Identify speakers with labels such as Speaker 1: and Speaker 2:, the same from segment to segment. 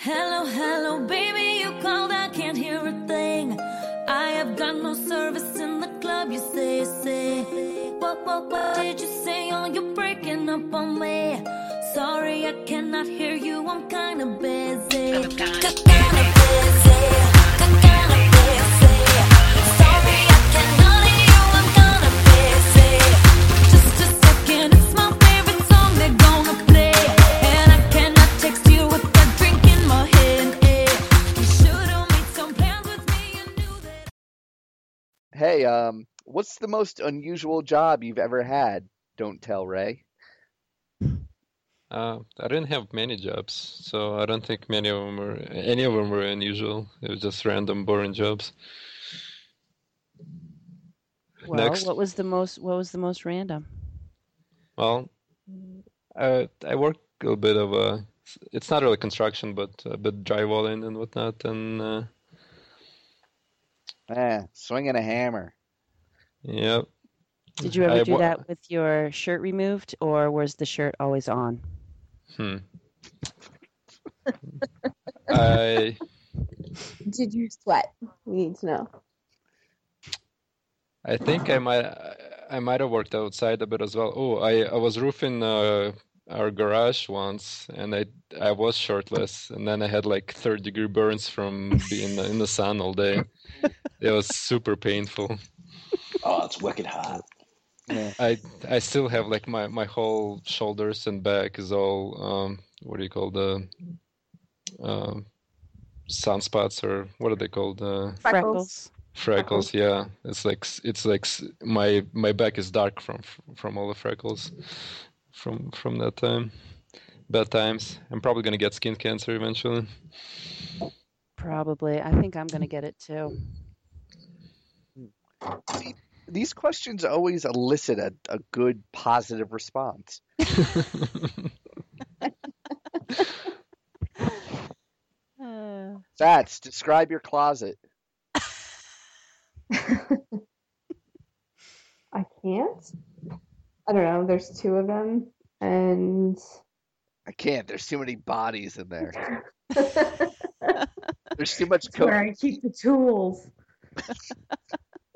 Speaker 1: Hello, hello, baby, you called, I can't hear a thing. I have got no service in the club, you say, say. What, what, what did you say? Oh, you're breaking up on me. Sorry, I cannot hear you, I'm kinda busy. Kinda busy. Kinda busy. Sorry, I cannot hear you, I'm kinda busy. Just a second, it's my favorite song they're gonna play. And I cannot text you with that drink in my hand. eh. You should've made some plans with me, you knew that.
Speaker 2: Hey, um, what's the most unusual job you've ever had? Don't tell Ray.
Speaker 3: Uh, I didn't have many jobs, so I don't think many of them were any of them were unusual. It was just random, boring jobs.
Speaker 4: Well,
Speaker 3: Next.
Speaker 4: what was the most? What was the most random?
Speaker 3: Well, uh, I worked a little bit of a. It's not really construction, but a bit drywalling and whatnot, and uh,
Speaker 2: Eh, swinging a hammer.
Speaker 3: yeah.
Speaker 4: Did you ever
Speaker 3: Hmm. I
Speaker 4: do
Speaker 3: wa-
Speaker 4: that with your shirt removed, or was the shirt always on?
Speaker 3: Hmm. I
Speaker 5: Did you sweat? We need to know.
Speaker 3: I think I might I might have worked outside a bit as well. Oh, I, I was roofing uh, our garage once, and I I was shirtless, and then I had like third degree burns from being in the, in the sun all day. It was super painful.
Speaker 6: Oh, it's wicked hot.
Speaker 2: Yeah.
Speaker 3: I I still have like my my whole shoulders and back is all um what do you call the um sunspots or what are they called uh,
Speaker 5: Freckles.
Speaker 3: freckles
Speaker 4: Uh-huh.
Speaker 3: yeah it's like s- it's like s- my my back is dark from from all the freckles from from that time bad times i'm probably going to get skin cancer eventually
Speaker 4: Probably. I think I'm gonna get it too.
Speaker 2: These questions always elicit a, a good positive response.
Speaker 5: Uh,
Speaker 2: That's describe your closet.
Speaker 5: I can't. I don't know. There's two of them, and
Speaker 2: I can't. There's too many bodies in there.
Speaker 5: that's
Speaker 2: There's too much coke.
Speaker 5: where I keep the tools.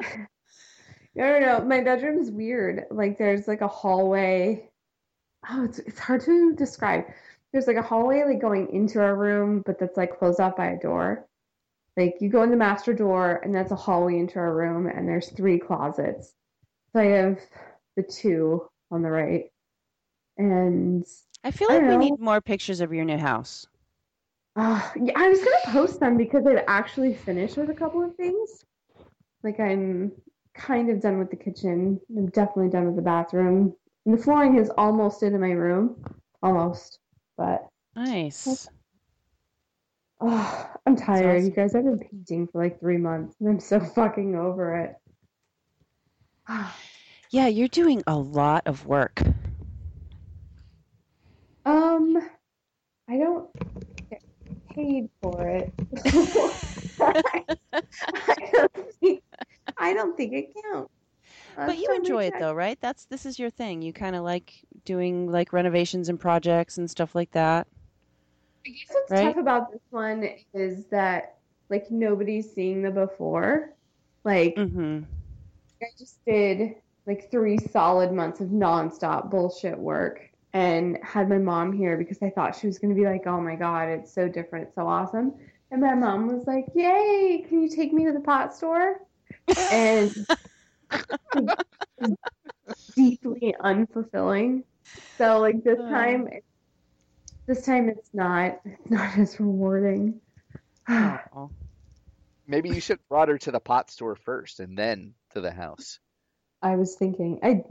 Speaker 5: no, no, no. My bedroom's weird. Like there's like a hallway. Oh, it's it's hard to describe. There's like a hallway like going into our room, but that's like closed off by a door. Like you go in the master door, and that's a hallway into our room, and there's three closets. So I have the two on the right, and
Speaker 4: I feel
Speaker 5: I
Speaker 4: like we
Speaker 5: don't
Speaker 4: need
Speaker 5: know.
Speaker 4: more pictures of your new house.
Speaker 5: Uh, yeah, I was gonna post them because I've actually finished with a couple of things. Like I'm kind of done with the kitchen. I'm definitely done with the bathroom. And the flooring is almost into my room, almost. But
Speaker 4: Nice.
Speaker 5: oh, I'm tired,
Speaker 4: awesome.
Speaker 5: you guys. I've been painting for like three months, and I'm so fucking over it.
Speaker 4: Yeah, you're doing a lot of work.
Speaker 5: Um, I don't get paid for it. I don't think, I don't think it counts. Uh,
Speaker 4: But you
Speaker 5: somebody
Speaker 4: enjoy it
Speaker 5: check.
Speaker 4: though, right? That's this is your thing. You kind of like doing like renovations and projects and stuff like that.
Speaker 5: I guess what's
Speaker 4: right?
Speaker 5: tough about this one is that like nobody's seeing the before. Like
Speaker 4: Mhm.
Speaker 5: I just did like three solid months of nonstop bullshit work and had my mom here because I thought she was gonna be like, Oh my god, it's so different, it's so awesome. And my mom was like, Yay, can you take me to the pot store? And deeply unfulfilling. So like this
Speaker 4: Oh.
Speaker 5: time this time it's not it's not as rewarding.
Speaker 4: Oh.
Speaker 2: Maybe you should have brought her to the pot store first and then to the house.
Speaker 5: I was thinking, I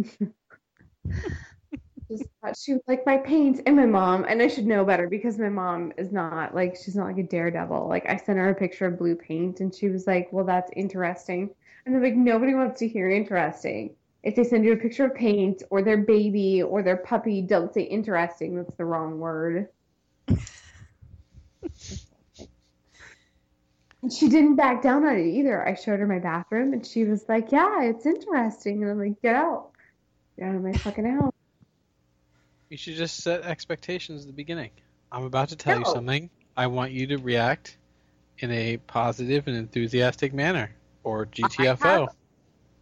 Speaker 5: just thought she would like my paint and my mom, and I should know better because my mom is not like she's not like a daredevil. Like I sent her a picture of blue paint, and she was like, "Well, that's interesting." And I'm like, nobody wants to hear interesting. If they send you a picture of paint or their baby or their puppy, don't say interesting. That's the wrong word. And she didn't back down on it either. I showed her my bathroom and she was like, Yeah, it's interesting. And I'm like, Get out. Get out of my fucking house.
Speaker 7: You should just set expectations at the beginning. I'm about to tell you
Speaker 5: No.
Speaker 7: something. I want you to react in a positive and enthusiastic manner, or GTFO.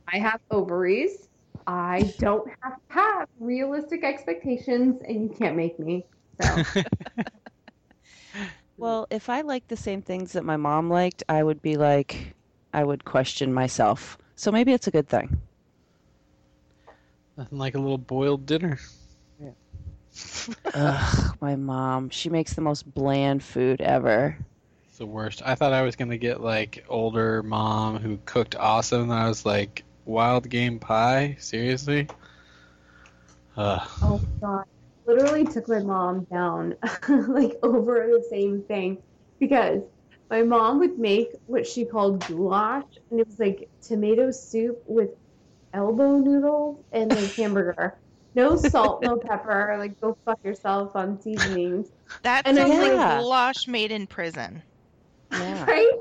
Speaker 5: I have ovaries. I don't have to have realistic expectations, and you can't make me. So
Speaker 4: Well, if I liked the same things that my mom liked, I would be like, I would question myself. So maybe it's a good thing.
Speaker 7: Nothing like a little boiled dinner.
Speaker 4: Ugh, my mom. She makes the most bland food ever.
Speaker 7: It's the worst. I thought I was gonna get like older mom who cooked awesome, and I was like wild game pie. Seriously. Ugh.
Speaker 5: Oh my god. Literally took my mom down like over the same thing because my mom would make what she called goulash and it was like tomato soup with elbow noodles and like hamburger. No salt, no pepper, like go fuck yourself on seasonings.
Speaker 8: That
Speaker 5: And I-
Speaker 8: sounds
Speaker 4: Yeah.
Speaker 8: like goulache made in prison.
Speaker 4: Yeah.
Speaker 5: Right?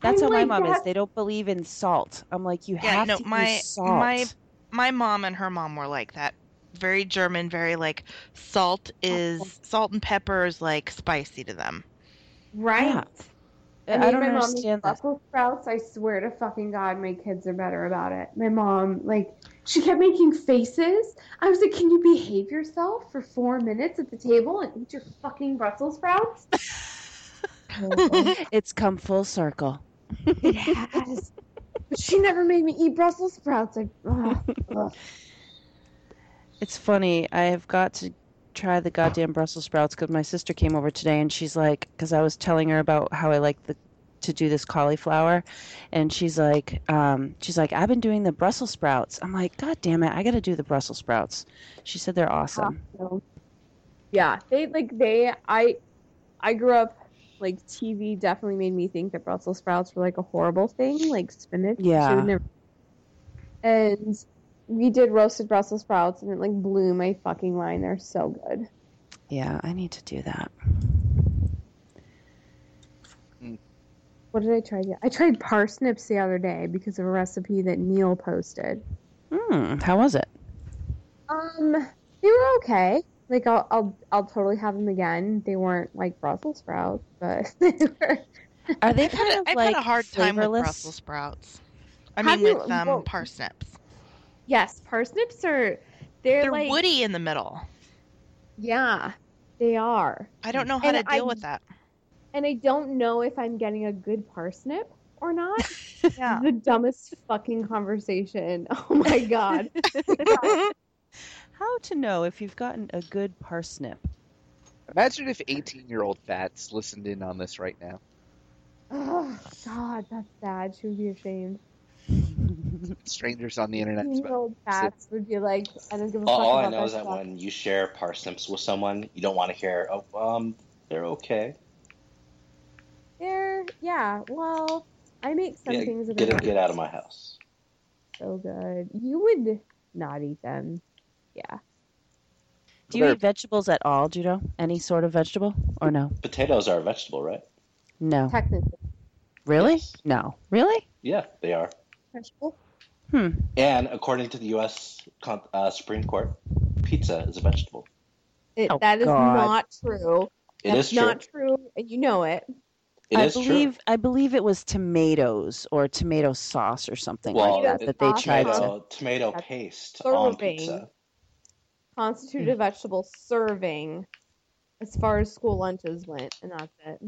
Speaker 4: That's how
Speaker 5: I'm
Speaker 4: my
Speaker 5: like,
Speaker 4: mom is.
Speaker 5: "That's
Speaker 4: They don't believe in salt. I'm like, you
Speaker 8: Yeah,
Speaker 4: have
Speaker 8: no,
Speaker 4: to
Speaker 8: my-
Speaker 4: use salt.
Speaker 8: my- My mom and her mom were like that. Very German, very like salt is salt and pepper is like spicy to them.
Speaker 5: Right.
Speaker 4: I,
Speaker 5: made
Speaker 4: don't
Speaker 5: my mom
Speaker 4: understand
Speaker 5: make
Speaker 4: that.
Speaker 5: Brussels sprouts. I swear to fucking God, my kids are better about it. My mom, like, she kept making faces. I was like, "Can you behave yourself for four minutes at the table and eat your fucking Brussels sprouts?"
Speaker 4: It's come full circle.
Speaker 5: it has, but she never made me eat Brussels sprouts. I, ugh, ugh.
Speaker 4: It's funny. I have got to try the goddamn Brussels sprouts because my sister came over today and she's like, because I was telling her about how I like the to do this cauliflower, and she's like, um, she's like, I've been doing the Brussels sprouts. I'm like, God damn it, I got to do the Brussels sprouts. She said they're awesome.
Speaker 5: So, yeah, they like they. I, I grew up like TV definitely made me think that Brussels sprouts were like a horrible thing, like spinach. you
Speaker 4: Yeah.
Speaker 5: should never- And we did roasted Brussels sprouts, and it like blew my fucking mind. They're so good.
Speaker 4: Yeah, I need to do that.
Speaker 5: What did I try? the- I tried parsnips the other day because of a recipe that Neil posted.
Speaker 4: Hmm, how was it?
Speaker 5: Um, they were okay. Like I'll I'll I'll totally have them again. They weren't like Brussels sprouts, but they were.
Speaker 4: Are they
Speaker 8: I've had,
Speaker 4: kind
Speaker 8: a-
Speaker 4: of
Speaker 8: I've
Speaker 4: like
Speaker 8: had a hard time with
Speaker 4: flavorless?
Speaker 8: Brussels sprouts. I
Speaker 5: Have
Speaker 8: mean,
Speaker 5: you-
Speaker 8: with um,
Speaker 5: well-
Speaker 8: parsnips.
Speaker 5: Yes, parsnips are. They're,
Speaker 8: They're
Speaker 5: like
Speaker 8: woody in the middle.
Speaker 5: yeah, they are.
Speaker 8: I don't know how
Speaker 5: And
Speaker 8: to deal
Speaker 5: I-
Speaker 8: with that.
Speaker 5: And I don't know if I'm getting a good parsnip or not.
Speaker 8: Yeah.
Speaker 5: The dumbest fucking conversation. Oh my god.
Speaker 4: How to know if you've gotten a good parsnip?
Speaker 2: Imagine if 18 year old Fats listened in on this right now.
Speaker 5: oh god, that's sad. She would be ashamed.
Speaker 2: Strangers on the internet.
Speaker 5: Old bats would be like, I don't give a fuck
Speaker 9: All, all
Speaker 5: about
Speaker 9: I know is that
Speaker 5: stuff.
Speaker 9: when you share parsnips with someone, you don't want to hear, oh, um, they're okay.
Speaker 5: They're yeah. Well, I make some
Speaker 9: Yeah,
Speaker 5: things that
Speaker 9: get,
Speaker 5: are
Speaker 9: it-
Speaker 5: not
Speaker 9: get out of my house.
Speaker 5: so good. You would not eat them. Yeah.
Speaker 4: Do you
Speaker 2: They're-
Speaker 4: eat vegetables at all, Judo? Any sort of vegetable or no?
Speaker 9: Potatoes are a vegetable, right?
Speaker 4: No.
Speaker 5: Technically.
Speaker 4: Really?
Speaker 9: Yes.
Speaker 4: No. Really?
Speaker 9: Yeah, they are.
Speaker 5: Vegetable?
Speaker 9: And according to the U.S. Con- uh, Supreme Court, pizza is a vegetable.
Speaker 5: It,
Speaker 4: Oh,
Speaker 5: that is
Speaker 4: God.
Speaker 5: not true.
Speaker 9: It
Speaker 5: That's
Speaker 9: is true.
Speaker 5: not true, and you know it.
Speaker 9: It
Speaker 4: I
Speaker 9: is
Speaker 4: believe I believe it was tomatoes or tomato sauce or something
Speaker 9: true. Well,
Speaker 4: like that
Speaker 9: it-
Speaker 4: that they
Speaker 5: sauce,
Speaker 4: tried to.
Speaker 9: tomato, tomato
Speaker 5: That's
Speaker 9: paste on
Speaker 5: serving.
Speaker 9: pizza.
Speaker 5: Constituted a
Speaker 4: Hmm.
Speaker 5: vegetable serving as far as school lunches went, and that's it.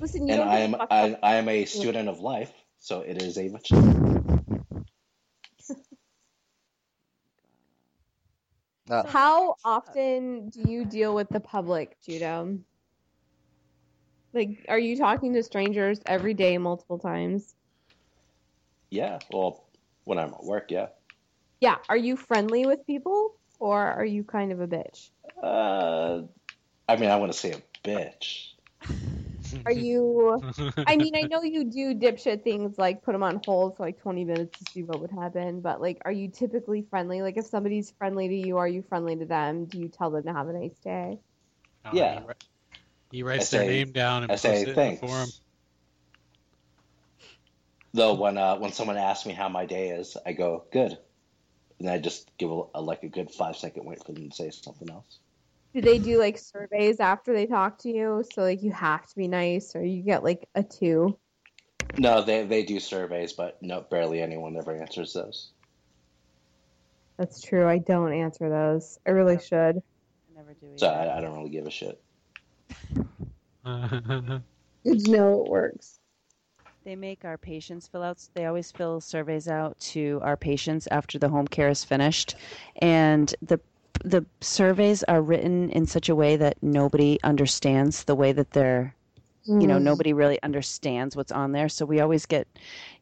Speaker 5: Listen, you
Speaker 9: And
Speaker 5: don't
Speaker 9: I
Speaker 5: give
Speaker 9: am
Speaker 5: a fuck
Speaker 9: I,
Speaker 5: about-
Speaker 9: I am a student of life, so it is a vegetable.
Speaker 2: Uh,
Speaker 5: How often do you deal with the public, Judo? Like, are you talking to strangers every day, multiple times?
Speaker 9: Yeah. Well, when I'm at work, yeah.
Speaker 5: Yeah. Are you friendly with people, or are you kind of a bitch?
Speaker 9: Uh, I mean, I want to say a bitch.
Speaker 5: Are
Speaker 9: Hmm.
Speaker 5: you? I mean, I know you do dipshit things like put them on hold for like 20 minutes to see what would happen, but like, are you typically friendly? Like, if somebody's friendly to you, are you friendly to them? Do you tell them to have a nice day?
Speaker 7: No,
Speaker 9: Yeah.
Speaker 7: He, wri- he writes
Speaker 9: I
Speaker 7: their
Speaker 9: say-
Speaker 7: name down and
Speaker 9: I
Speaker 7: puts
Speaker 9: say
Speaker 7: it in the
Speaker 9: thanks.
Speaker 7: forum.
Speaker 9: Though when uh, when someone asks me how my day is, I go good, and I just give a, a- like a good five second wait for them to say something else.
Speaker 10: do they do like surveys after they talk to you? So like you have to be nice, or you get like a two.
Speaker 9: No, they they do surveys, but no, barely anyone ever answers those.
Speaker 10: That's true. I don't answer those. I really should.
Speaker 4: I never do
Speaker 9: So
Speaker 4: either.
Speaker 9: I, I don't really give a shit.
Speaker 10: Good to know it works.
Speaker 4: They make our patients fill out, they always fill surveys out to our patients after the home care is finished. And the the surveys are written in such a way that nobody understands the way that they're, you
Speaker 5: Mm. Mm-hmm.
Speaker 4: know, nobody really understands what's on there. So we always get,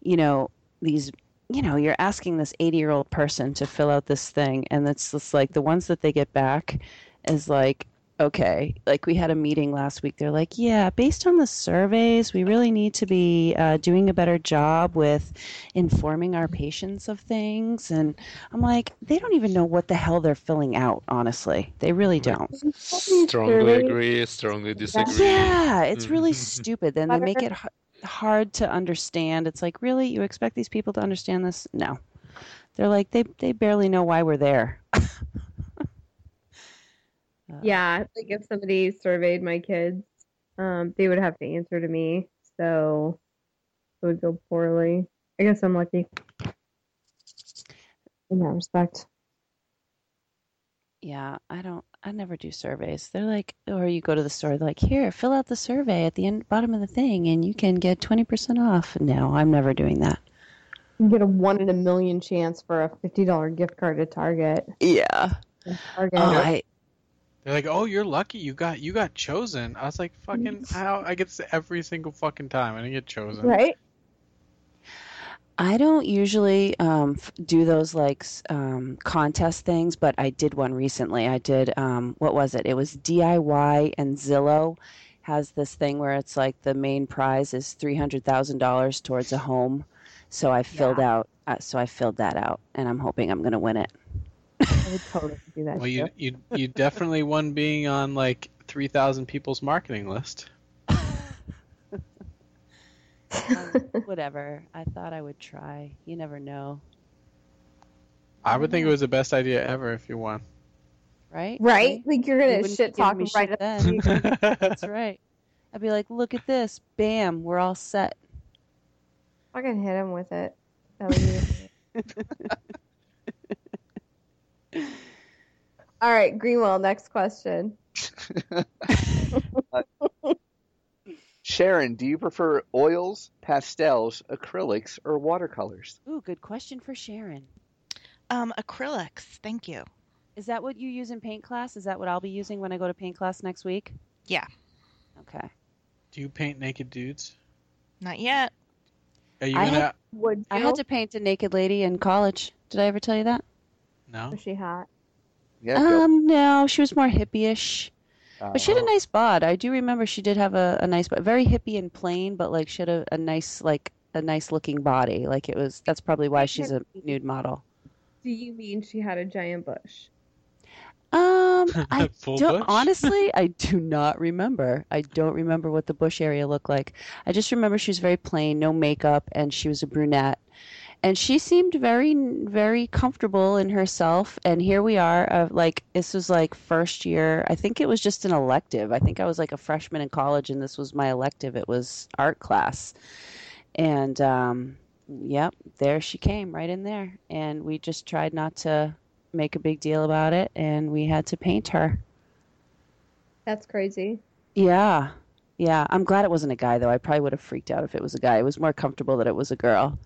Speaker 4: you know, these, you know, you're asking this 80 year old person to fill out this thing. And it's just like the ones that they get back is like, okay like we had a meeting last week they're like yeah based on the surveys we really need to be uh, doing a better job with informing our patients of things and i'm like they don't even know what the hell they're filling out honestly they really don't
Speaker 3: strongly agree, strongly disagree.
Speaker 4: yeah it's really
Speaker 3: Mhm.
Speaker 4: stupid then they make it h- hard to understand it's like really you expect these people to understand this no they're like they, they barely know why we're there Uh,
Speaker 10: Yeah, like if somebody surveyed my kids, um, they would have to answer to me, so it would go poorly. I guess I'm lucky in that respect.
Speaker 4: Yeah, I don't. I never do surveys. They're like, or you go to the store, they're like, here, fill out the survey at the end, bottom of the thing, and you can get twenty percent off. No, I'm never doing that.
Speaker 10: You get a one in a million chance for a fifty dollar gift card to Target.
Speaker 4: Yeah.
Speaker 10: Target.
Speaker 4: Oh, I,
Speaker 7: They're like, "Oh, you're lucky. You got you got chosen." I was like,
Speaker 4: Mm-hmm.
Speaker 7: "Fucking how?" I get this every single fucking time. I didn't get chosen.
Speaker 10: right?
Speaker 4: I don't usually um, f- do those like s- um, contest things, but I did one recently. I did um, what was it? It was DIY and Zillow has this thing where it's like the main prize is three hundred thousand dollars towards a home. So I filled out. Uh, so I filled that out, and I'm hoping I'm going to win it.
Speaker 10: I would totally do that.
Speaker 7: Well,
Speaker 10: too.
Speaker 7: you you you definitely won being on like three thousand people's marketing list.
Speaker 4: Um, whatever. I thought I would try. You never know,
Speaker 7: I would
Speaker 4: Mm-hmm.
Speaker 7: think it was the best idea ever if you won.
Speaker 4: right?
Speaker 10: right?
Speaker 4: See?
Speaker 10: Like you're
Speaker 4: You
Speaker 10: gonna
Speaker 4: wouldn't
Speaker 10: shit
Speaker 4: be giving
Speaker 10: talk
Speaker 4: me
Speaker 10: him right
Speaker 4: shit
Speaker 10: up.
Speaker 4: then. That's right. I'd be like, look at this. Bam, we're all set.
Speaker 10: Fucking hit him with it. That would be- All right, Greenwell. Next question.
Speaker 2: Sharon, do you prefer oils, pastels, acrylics, or watercolors?
Speaker 4: Ooh, good question for Sharon.
Speaker 8: Um, acrylics. Thank you.
Speaker 4: Is that what you use in paint class? Is that what I'll be using when I go to paint class next week?
Speaker 8: Yeah.
Speaker 4: Okay.
Speaker 7: Do you paint naked dudes?
Speaker 8: Not yet.
Speaker 7: Are you
Speaker 4: I
Speaker 7: gonna?
Speaker 4: had-
Speaker 10: Would
Speaker 4: I had to paint a naked lady in college. Did I ever tell you that?
Speaker 7: No.
Speaker 10: Was she hot?
Speaker 2: Yeah, Bill.
Speaker 4: Um, no, she was more hippie-ish, but she had a
Speaker 2: Uh,
Speaker 4: nice bod. I do remember she did have a, a nice, bod, very hippie and plain, but like she had a, a nice, like a nice looking body. Like it was. That's probably why she's a nude model.
Speaker 10: Do you mean she had a giant bush?
Speaker 4: Um, I
Speaker 7: Full
Speaker 4: don't,
Speaker 7: bush?
Speaker 4: honestly, I do not remember. I don't remember what the bush area looked like. I just remember she was very plain, no makeup, and she was a brunette. And she seemed very, very comfortable in herself. And here we are, uh, like, this was like first year. I think it was just an elective. I think I was like a freshman in college, and this was my elective. It was art class. And, um, yep, there she came right in there. And we just tried not to make a big deal about it, and we had to paint her.
Speaker 10: That's crazy.
Speaker 4: Yeah. Yeah. I'm glad it wasn't a guy, though. I probably would have freaked out if it was a guy. It was more comfortable that it was a girl.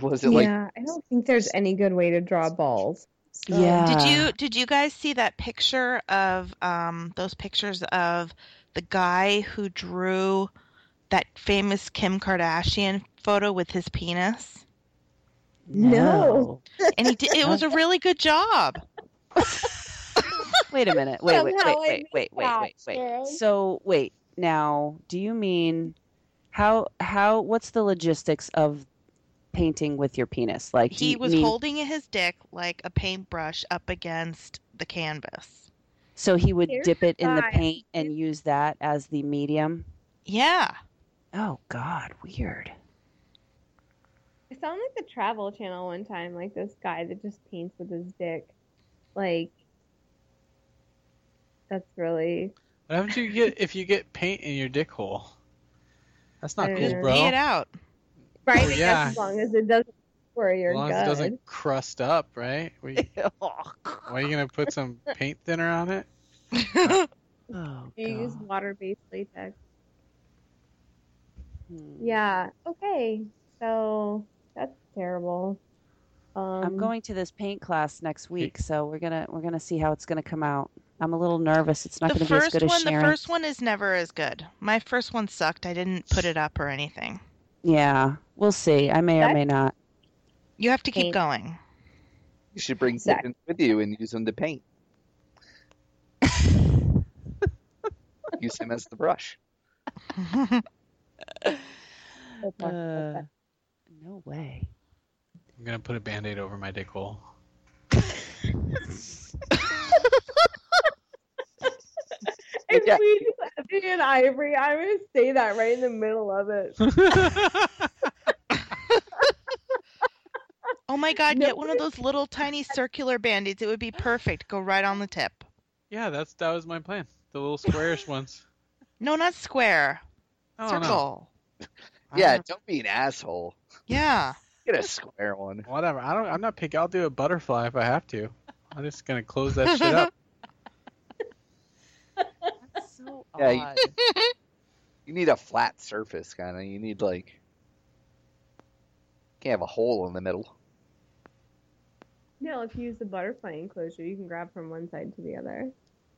Speaker 2: was it like
Speaker 10: yeah, I don't think there's any good way to draw balls. Um, So-
Speaker 4: yeah.
Speaker 8: Did you did you guys see that picture of um those pictures of the guy who drew that famous Kim Kardashian photo with his penis?
Speaker 10: No.
Speaker 8: And he did, it was a really good job.
Speaker 4: Wait a minute. Wait, wait,
Speaker 10: Somehow I
Speaker 4: wait, wait, wait,
Speaker 10: that,
Speaker 4: wait, wait,
Speaker 10: Sharon.
Speaker 4: wait. So, wait. Now, do you mean how, how, what's the logistics of painting with your penis? Like, do
Speaker 8: He
Speaker 4: you
Speaker 8: was
Speaker 4: mean-
Speaker 8: holding his dick like a paintbrush up against the canvas.
Speaker 4: so he would
Speaker 10: Here's
Speaker 4: dip it in the
Speaker 10: guy.
Speaker 4: paint and use that as the medium?
Speaker 8: Yeah.
Speaker 4: Oh, God. Weird.
Speaker 10: It sounded like the Travel Channel one time, like this guy that just paints with his dick, like
Speaker 5: That's really
Speaker 7: What happens if you get if you get paint in your dick hole? That's not
Speaker 5: Yeah.
Speaker 7: cool,
Speaker 5: Just
Speaker 7: bro.
Speaker 8: Pee it out.
Speaker 5: right.
Speaker 7: Oh, yeah.
Speaker 5: As long as it doesn't for your
Speaker 7: As long
Speaker 5: gut.
Speaker 7: as it doesn't crust up, right? What you- why are you gonna put some paint thinner on it?
Speaker 4: Oh,
Speaker 5: You use
Speaker 4: God.
Speaker 5: water-based latex.
Speaker 4: Hmm.
Speaker 5: Yeah. Okay. So that's terrible. Um,
Speaker 4: I'm going to this paint class next week, so we're gonna we're gonna see how it's gonna come out. I'm a little nervous. It's not
Speaker 8: the
Speaker 4: gonna be as
Speaker 8: first
Speaker 4: good as
Speaker 8: one, the
Speaker 4: Sharon.
Speaker 8: first one is never as good. My first one sucked. I didn't put it up or anything.
Speaker 4: Yeah, we'll see. I may or
Speaker 5: That-
Speaker 4: may not.
Speaker 8: You have to keep
Speaker 5: Paint.
Speaker 8: going.
Speaker 2: You should bring
Speaker 5: Zach.
Speaker 2: Pippins with you and use him to paint. use him as the brush.
Speaker 5: Okay, okay.
Speaker 4: Uh, no way.
Speaker 7: I'm gonna put a band-aid over my dick hole.
Speaker 5: If
Speaker 2: Yeah.
Speaker 5: we do Ebony and Ivory, I'm gonna say that right in the middle of it.
Speaker 8: oh my god,
Speaker 5: No.
Speaker 8: get one of those little tiny circular band-aids. It would be perfect. Go right on the tip.
Speaker 7: Yeah, that's that was my plan. The little squarish ones.
Speaker 8: No, not square.
Speaker 7: I don't know.
Speaker 8: Circle. I
Speaker 2: Yeah,
Speaker 8: don't
Speaker 2: don't be an asshole.
Speaker 8: know. Yeah.
Speaker 2: Get a square one.
Speaker 7: Whatever. I don't. I'm not picky. I'll do a butterfly if I have to. I'm just gonna close that shit up.
Speaker 4: That's so
Speaker 2: Yeah, you-
Speaker 4: odd.
Speaker 2: You need a flat surface, kind of. You need like can't have a hole in the middle.
Speaker 5: No, if you use the butterfly enclosure, you can grab from one side to the other.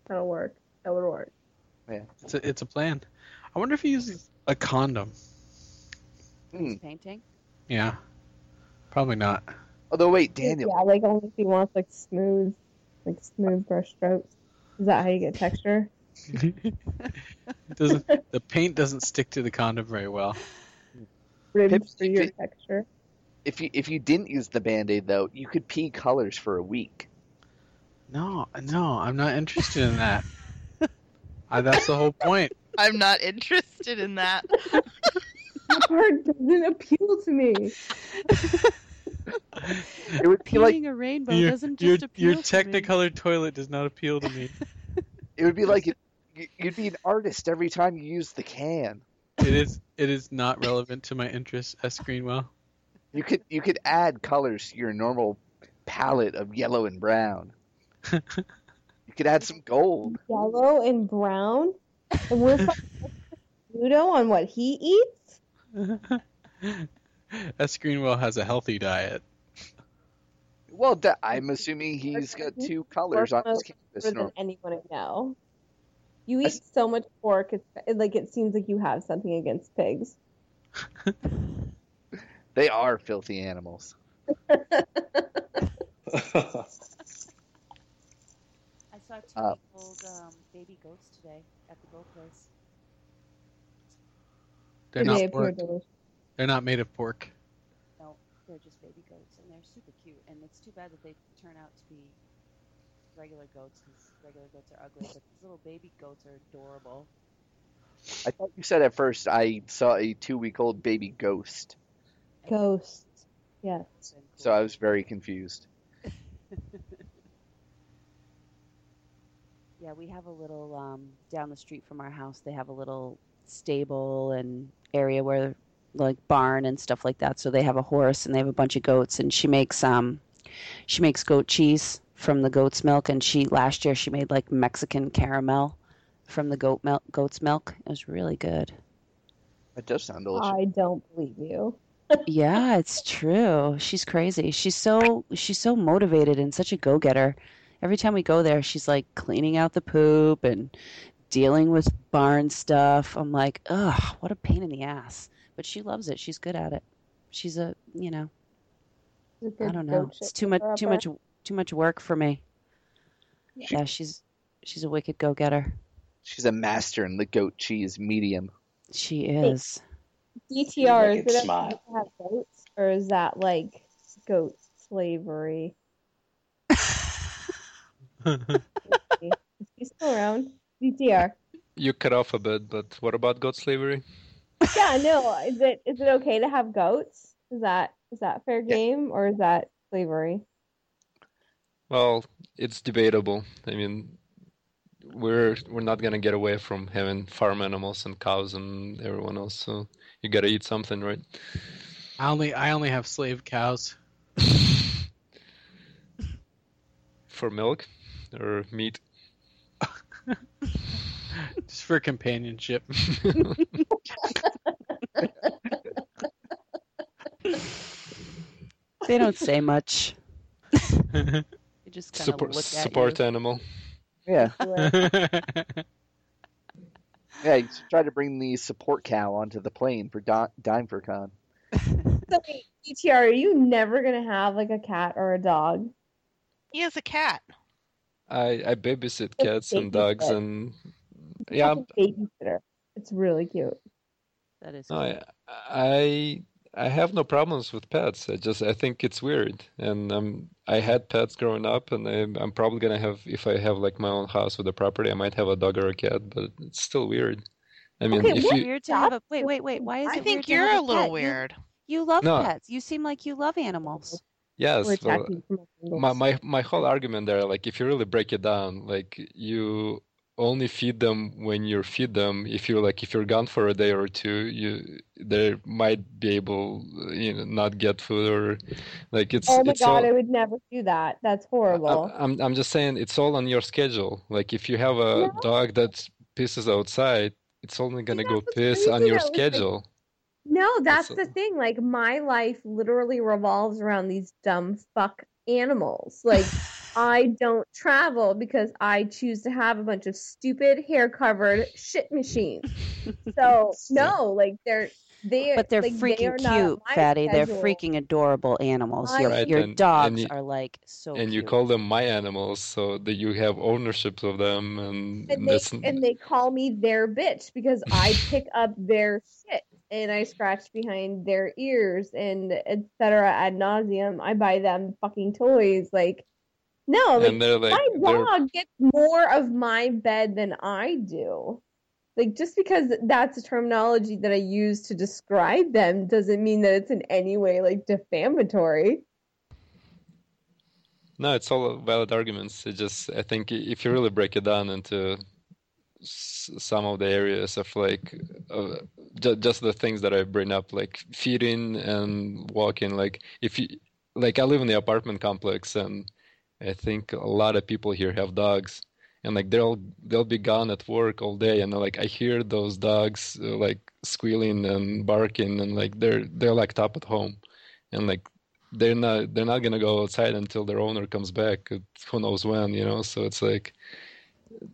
Speaker 5: That'll work. That would work.
Speaker 7: It's a, it's a plan. I wonder if he uses a condom.
Speaker 2: Hmm.
Speaker 4: Painting.
Speaker 7: Yeah. Probably not.
Speaker 2: Although wait, Daniel,
Speaker 5: Yeah, like only if you want like smooth, like smooth brush strokes. Is that how you get texture?
Speaker 7: It doesn't the paint doesn't stick to the condom very well.
Speaker 5: Ribs
Speaker 2: Pips,
Speaker 5: for
Speaker 2: you
Speaker 5: your
Speaker 2: did-
Speaker 5: texture.
Speaker 2: if you if you didn't use the band aid though, you could pee colors for a week.
Speaker 7: No, no, I'm not interested in that. I, that's the whole point.
Speaker 8: I'm not interested in that.
Speaker 5: That part doesn't appeal to me.
Speaker 2: It would be
Speaker 4: Peeling
Speaker 2: like
Speaker 4: a rainbow
Speaker 7: Your-
Speaker 4: doesn't
Speaker 7: your
Speaker 4: just appeal
Speaker 7: your
Speaker 4: to me.
Speaker 7: Technicolor toilet does not appeal to me.
Speaker 2: it would be like you- you'd be an artist every time you use the can.
Speaker 7: It is it is not relevant to my interests, S. Greenwell.
Speaker 2: You could you could add colors to your normal palette of yellow and brown. you could add some gold.
Speaker 5: Yellow and brown, and we're fucking Pluto on what he eats.
Speaker 7: S. Greenwell has a healthy diet.
Speaker 2: Well, da- I'm assuming he's got two colors on his canvas.
Speaker 5: more than
Speaker 2: Norm.
Speaker 5: anyone I know. You
Speaker 2: I
Speaker 5: eat so much pork, it's it- like it seems like you have something against pigs.
Speaker 2: They are filthy animals.
Speaker 4: I saw two
Speaker 2: Uh,
Speaker 4: big old um, baby goats today at the goat place.
Speaker 7: They're
Speaker 5: They
Speaker 7: not
Speaker 5: appear
Speaker 7: pork.
Speaker 5: delicious.
Speaker 7: They're not made of pork.
Speaker 4: No, they're just baby goats, and they're super cute. And it's too bad that they turn out to be regular goats because regular goats are ugly, but these little baby goats are adorable.
Speaker 2: I thought you said at first I saw a two week old baby ghost,
Speaker 5: Ghosts. Yes.
Speaker 4: It's been
Speaker 2: so
Speaker 4: cool.
Speaker 2: I was very confused.
Speaker 4: Yeah, we have a little um, down the street from our house. They have a little stable and area where like barn and stuff like that. So they have a horse and they have a bunch of goats. And she makes um, she makes goat cheese from the goat's milk. And she last year she made like Mexican caramel from the goat milk. Goat's milk. It was really good.
Speaker 2: That does sound delicious.
Speaker 5: I don't believe you.
Speaker 4: yeah, it's true. She's crazy. She's so she's so motivated and such a go-getter. Every time we go there, she's like cleaning out the poop and dealing with barn stuff. I'm like, ugh, what a pain in the ass. But she loves it. She's good at it. She's a, you know, I don't know. It's too much too much too much work for me.
Speaker 2: She-
Speaker 4: Yeah, she's she's a wicked go-getter.
Speaker 2: She's a master in the goat cheese medium.
Speaker 4: She is.
Speaker 5: DTR
Speaker 11: Make
Speaker 5: is
Speaker 11: it
Speaker 5: it
Speaker 11: smart.
Speaker 5: smart. have goats or is that like goat slavery? Is he still around? DTR.
Speaker 3: You cut off a bit, but what about goat slavery?
Speaker 5: Yeah, no. Is it is it okay to have goats? Is that is that fair game or is that slavery?
Speaker 3: Well, it's debatable. I mean, we're we're not gonna get away from having farm animals and cows and everyone else. So you gotta eat something, right?
Speaker 7: I only I only have slave cows.
Speaker 3: For milk or meat.
Speaker 7: Just for companionship.
Speaker 4: They don't say much.
Speaker 7: Right.
Speaker 4: They just kind of
Speaker 3: Support
Speaker 4: look at
Speaker 3: support
Speaker 4: you.
Speaker 3: animal.
Speaker 2: Yeah, yeah. You should try to bring the support cow onto the plane for Di- Dime for Con.
Speaker 5: So wait, ETR, are you never gonna have like a cat or a dog?
Speaker 8: He has a cat.
Speaker 3: I I babysit cats and
Speaker 5: babysit.
Speaker 3: dogs and yeah,
Speaker 5: Like a babysitter. It's really cute.
Speaker 4: That is.
Speaker 3: No, I, I I have no problems with pets. I just I think it's weird, and um, I had pets growing up, and I'm, I'm probably gonna have if I have like my own house with a property, I might have a dog or a cat, but it's still weird. I mean,
Speaker 5: Okay,
Speaker 3: if
Speaker 4: It's
Speaker 5: what-
Speaker 3: you
Speaker 4: weird to have a wait, wait, wait. Why is
Speaker 8: I
Speaker 4: it weird
Speaker 8: think
Speaker 4: to
Speaker 8: you're
Speaker 4: have
Speaker 8: a little
Speaker 4: pet? You-
Speaker 8: weird.
Speaker 4: You, love
Speaker 3: No.
Speaker 4: pets. You seem like you love animals.
Speaker 3: yes,
Speaker 5: We're
Speaker 3: well,
Speaker 5: attacking from all angles.
Speaker 3: my my my whole argument there, like if you really break it down, like you only feed them when you feed them. If you're like if you're gone for a day or two, you they might be able, you know, not get food or like it's
Speaker 5: oh my
Speaker 3: it's Uh,
Speaker 5: god,
Speaker 3: all-
Speaker 5: I would never do that. That's
Speaker 3: I-
Speaker 5: horrible.
Speaker 3: I- I'm I'm just saying it's all on your schedule. Like if you have a
Speaker 5: No.
Speaker 3: dog that pisses outside, it's only gonna
Speaker 5: know
Speaker 3: go
Speaker 5: what's
Speaker 3: piss
Speaker 5: crazy
Speaker 3: on your
Speaker 5: though is, like,
Speaker 3: schedule.
Speaker 5: No, that's
Speaker 3: That's-
Speaker 5: the thing. Like my life literally revolves around these dumb fuck animals. Like I don't travel because I choose to have a bunch of stupid hair covered shit machines. So no, like they're they
Speaker 4: But they're
Speaker 5: like,
Speaker 4: freaking
Speaker 5: they are not on
Speaker 4: cute,
Speaker 5: my
Speaker 4: Fatty. They're
Speaker 5: schedule.
Speaker 4: freaking adorable animals.
Speaker 5: I-
Speaker 4: Your,
Speaker 5: Right,
Speaker 4: your
Speaker 3: and- and
Speaker 4: dogs
Speaker 3: you-
Speaker 4: are like so
Speaker 3: and you
Speaker 4: Oh, cute.
Speaker 3: call them my animals, so that you have ownership of them, and,
Speaker 5: and they
Speaker 3: Mm, that's
Speaker 5: and they call me their bitch because I pick up their shit and I scratch behind their ears and etc. ad nauseum. I buy them fucking toys. Like no, like
Speaker 3: and they're like
Speaker 5: my
Speaker 3: they're-
Speaker 5: dog gets more of my bed than I do. Like just because that's a terminology that I use to describe them doesn't mean that it's in any way like defamatory.
Speaker 3: no, it's all valid arguments. It just I think i- if you really break it down into s- some of the areas of like uh, ju- just the things that I bring up, like feeding and walking. Like if you like, I live in the apartment complex, and I think a lot of people here have dogs, and like they'll they'll be gone at work all day, and like I hear those dogs uh, like squealing and barking, and like they're they're locked up at home, and like they're not they're not gonna go outside until their owner comes back. Who knows when, you know? So it's like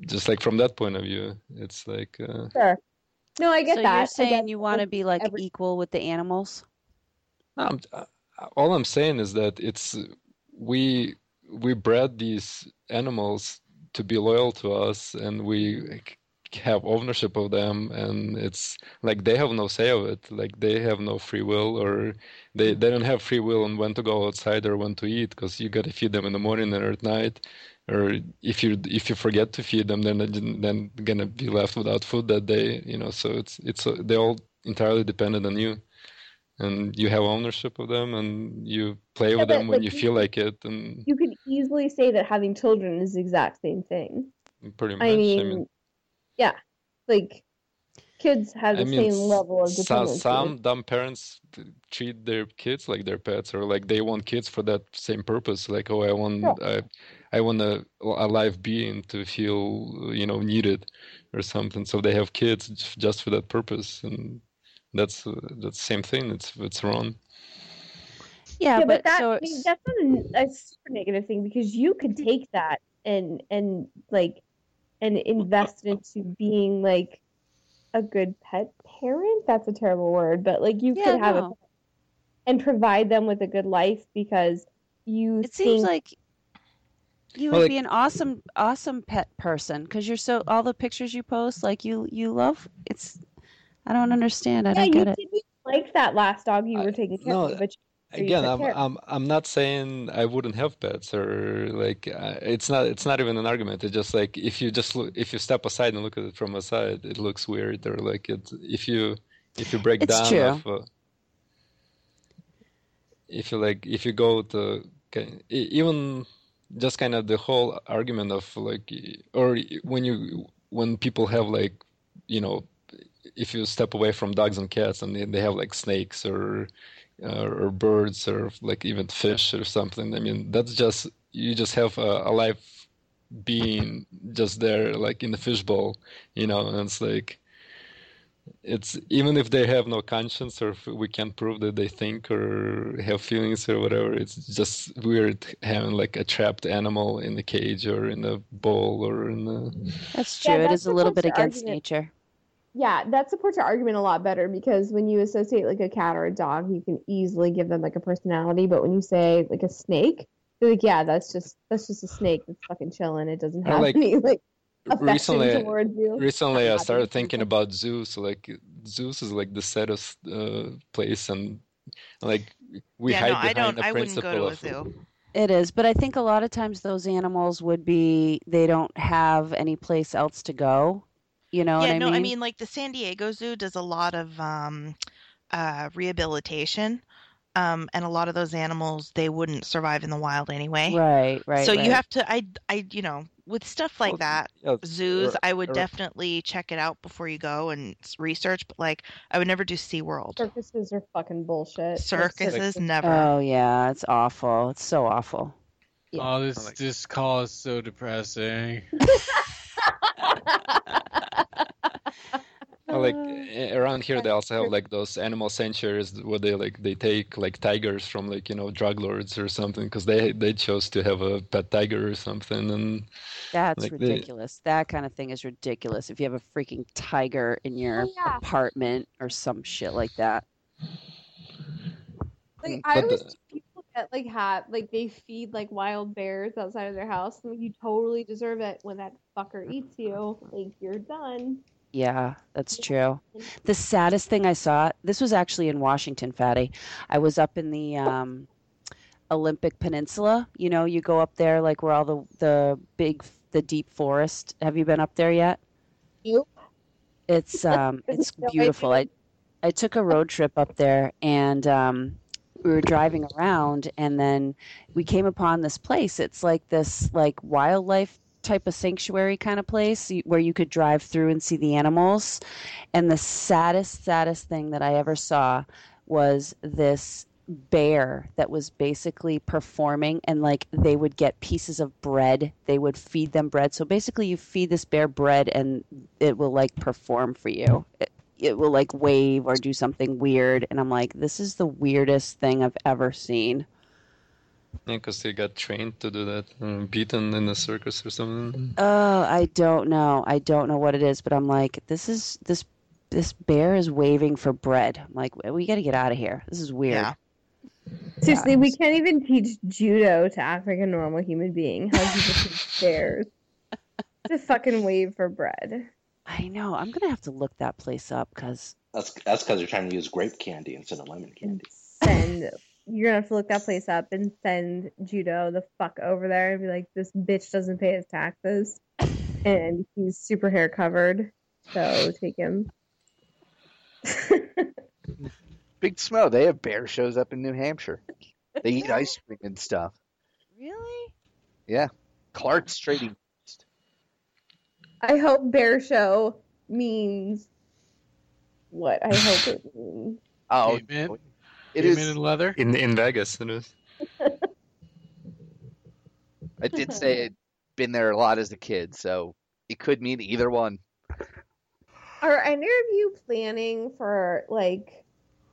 Speaker 3: just like from that point of view, it's like uh,
Speaker 5: Sure. No, I get
Speaker 4: so
Speaker 5: that. I
Speaker 4: you're
Speaker 5: get
Speaker 4: saying you want to
Speaker 5: that.
Speaker 4: be like
Speaker 5: every-
Speaker 4: equal with the animals?
Speaker 3: no, I'm, uh, all I'm saying is that it's we we bred these animals to be loyal to us, and we like, have ownership of them, and it's like they have no say of it. Like they have no free will, or they they don't have free will on when to go outside or when to eat, because you gotta feed them in the morning or at night. Or if you if you forget to feed them, then they're then they're gonna be left without food that day. You know, so it's it's uh, they're all entirely dependent on you and you have ownership of them and you play with
Speaker 5: but,
Speaker 3: them when
Speaker 5: like,
Speaker 3: you
Speaker 5: you-
Speaker 3: feel like it and
Speaker 5: you could easily say that having children is the exact same thing.
Speaker 3: pretty much
Speaker 5: I mean, yeah, like kids have the
Speaker 3: I mean,
Speaker 5: same
Speaker 3: s-
Speaker 5: level of
Speaker 3: so-
Speaker 5: dependency.
Speaker 3: some dumb parents t- treat their kids like their pets or like they want kids for that same purpose like oh i want
Speaker 5: Sure.
Speaker 3: I, I want a, a live being to feel you know needed or something so they have kids j- just for that purpose and that's uh, that's the same thing it's it's wrong
Speaker 4: Yeah,
Speaker 5: yeah, but, that
Speaker 4: so
Speaker 5: I mean, that's not a, a super negative thing because you could take that and and like and invest into being like a good pet parent. That's a terrible word, but like you
Speaker 4: Yeah,
Speaker 5: could have
Speaker 4: no.
Speaker 5: a and provide them with a good life because you
Speaker 4: it
Speaker 5: think
Speaker 4: seems like you would
Speaker 3: Well, like-
Speaker 4: be an awesome, awesome pet person because you're so all the pictures you post, like you you love. It's I don't understand. I
Speaker 5: yeah,
Speaker 4: don't
Speaker 5: you
Speaker 4: get it.
Speaker 5: didn't like that last dog you
Speaker 3: I-
Speaker 5: were taking care
Speaker 3: no,
Speaker 5: of, but you
Speaker 3: Again,
Speaker 5: took
Speaker 3: I'm
Speaker 5: care of.
Speaker 3: I'm I'm not saying I wouldn't have pets or like uh, it's not it's not even an argument. It's just like if you just look, if you step aside and look at it from a side, it looks weird or like it if you if you break down
Speaker 4: It's true.
Speaker 3: of uh, if you like if you go to okay, e- even just kind of the whole argument of like, e, or when you when people have like, you know, if you step away from dogs and cats and they, they have like snakes or uh, or birds or like even fish or something. I mean, that's just you just have a, a live being just there, like in the fishbowl, you know. And it's like it's even if they have no conscience or if we can't prove that they think or have feelings or whatever. It's just weird having like a trapped animal in the cage or in the bowl or in the.
Speaker 4: That's true.
Speaker 5: Yeah,
Speaker 4: it
Speaker 5: that's
Speaker 4: is a
Speaker 5: the
Speaker 4: little bit
Speaker 5: closer
Speaker 4: against
Speaker 5: argument.
Speaker 4: nature.
Speaker 5: Yeah, that supports your argument a lot better because when you associate like a cat or a dog, you can easily give them like a personality. But when you say like a snake, you're like, yeah, that's just that's just a snake that's fucking chilling. It doesn't
Speaker 3: Or,
Speaker 5: have
Speaker 3: like,
Speaker 5: any like affection
Speaker 3: Recently, uh,
Speaker 5: towards you.
Speaker 3: recently
Speaker 5: Yeah,
Speaker 3: i
Speaker 5: I
Speaker 3: started
Speaker 5: think
Speaker 3: thinking
Speaker 5: so.
Speaker 3: about zeus like zeus is like the saddest uh, place and like we
Speaker 8: yeah,
Speaker 3: hide
Speaker 8: no, I
Speaker 3: behind
Speaker 8: don't.
Speaker 3: the
Speaker 8: I wouldn't
Speaker 3: principle
Speaker 8: go to a
Speaker 3: of
Speaker 8: zoo.
Speaker 4: It is, but I think a lot of times those animals would be they don't have any place else to go. You know what
Speaker 8: yeah,
Speaker 4: I
Speaker 8: no,
Speaker 4: mean?
Speaker 8: I mean like the San Diego Zoo does a lot of um, uh, rehabilitation, um, and a lot of those animals they wouldn't survive in the wild anyway.
Speaker 4: right, right.
Speaker 8: eh, so
Speaker 4: right.
Speaker 8: you have to, I, I, you know, with stuff like
Speaker 3: Well,
Speaker 8: that,
Speaker 3: yeah,
Speaker 8: zoos,
Speaker 3: or-
Speaker 8: I would
Speaker 3: or-
Speaker 8: definitely check it out before you go and s- research. But like, I would never do SeaWorld.
Speaker 5: Circuses are fucking bullshit.
Speaker 8: Circuses,
Speaker 5: Like,
Speaker 8: never.
Speaker 4: Oh yeah, it's awful. It's so awful.
Speaker 5: Yeah.
Speaker 7: Oh, this this call is so depressing.
Speaker 3: Well, like a- around here they also have like those animal sanctuaries where they like they take like tigers from like you know drug lords or something because they they chose to have a pet tiger or something and
Speaker 4: That's
Speaker 3: Like the-
Speaker 4: ridiculous. That kind of thing is ridiculous. If you have a freaking tiger in your
Speaker 5: Oh, yeah.
Speaker 4: apartment or some shit like that.
Speaker 5: Like
Speaker 3: Mm,
Speaker 5: I
Speaker 3: But
Speaker 5: always
Speaker 3: the-
Speaker 5: see people that like have like they feed like wild bears outside of their house. and you totally deserve it when that fucker eats you. Like you're done.
Speaker 4: Yeah, that's
Speaker 5: Yeah.
Speaker 4: true. The saddest thing I saw, this was actually in Washington, Fatty. I was up in the um, Olympic Peninsula. You know, you go up there like where all the the big the deep forest. Have you been up there yet?
Speaker 5: Nope.
Speaker 4: It's um it's
Speaker 5: No, I
Speaker 4: beautiful. I I took a road trip up there and um we were driving around and then we came upon this place. It's like this like wildlife type of sanctuary kind of place y- where you could drive through and see the animals. And the saddest saddest thing that I ever saw was this bear that was basically performing and like they would get pieces of bread. They would feed them bread. So basically you feed this bear bread and it will like perform for you it will like wave or do something weird and i'm like this is the weirdest thing i've ever seen
Speaker 3: because they got trained to do that uh, beaten in the circus or something
Speaker 4: oh i don't know i don't know what it is but i'm like this is this this bear is waving for bread i'm like we got to get out of here this is weird
Speaker 8: Yeah.
Speaker 5: Seriously, we can't even teach judo to act like a normal human being. How do you teach bears to fucking wave for bread?
Speaker 4: i know i'm gonna have to look that place up because
Speaker 9: That's that's because they're trying to use grape candy instead of lemon
Speaker 5: And
Speaker 9: candy.
Speaker 5: send you're gonna have to look that place up and send judo the fuck over there and be like, this bitch doesn't pay his taxes, and he's super hair covered, so take him.
Speaker 2: Big Smo, they have bear shows up in New Hampshire. They eat ice cream and stuff.
Speaker 4: really
Speaker 2: Clark's trading.
Speaker 5: I hope bear show means what I hope it means.
Speaker 2: Oh,
Speaker 7: Pavement?
Speaker 2: it
Speaker 7: Pavement
Speaker 2: is.
Speaker 7: in leather.
Speaker 3: in in Vegas it is.
Speaker 2: I did say I'd been there a lot as a kid, so it could mean either one.
Speaker 5: Are either of you planning for like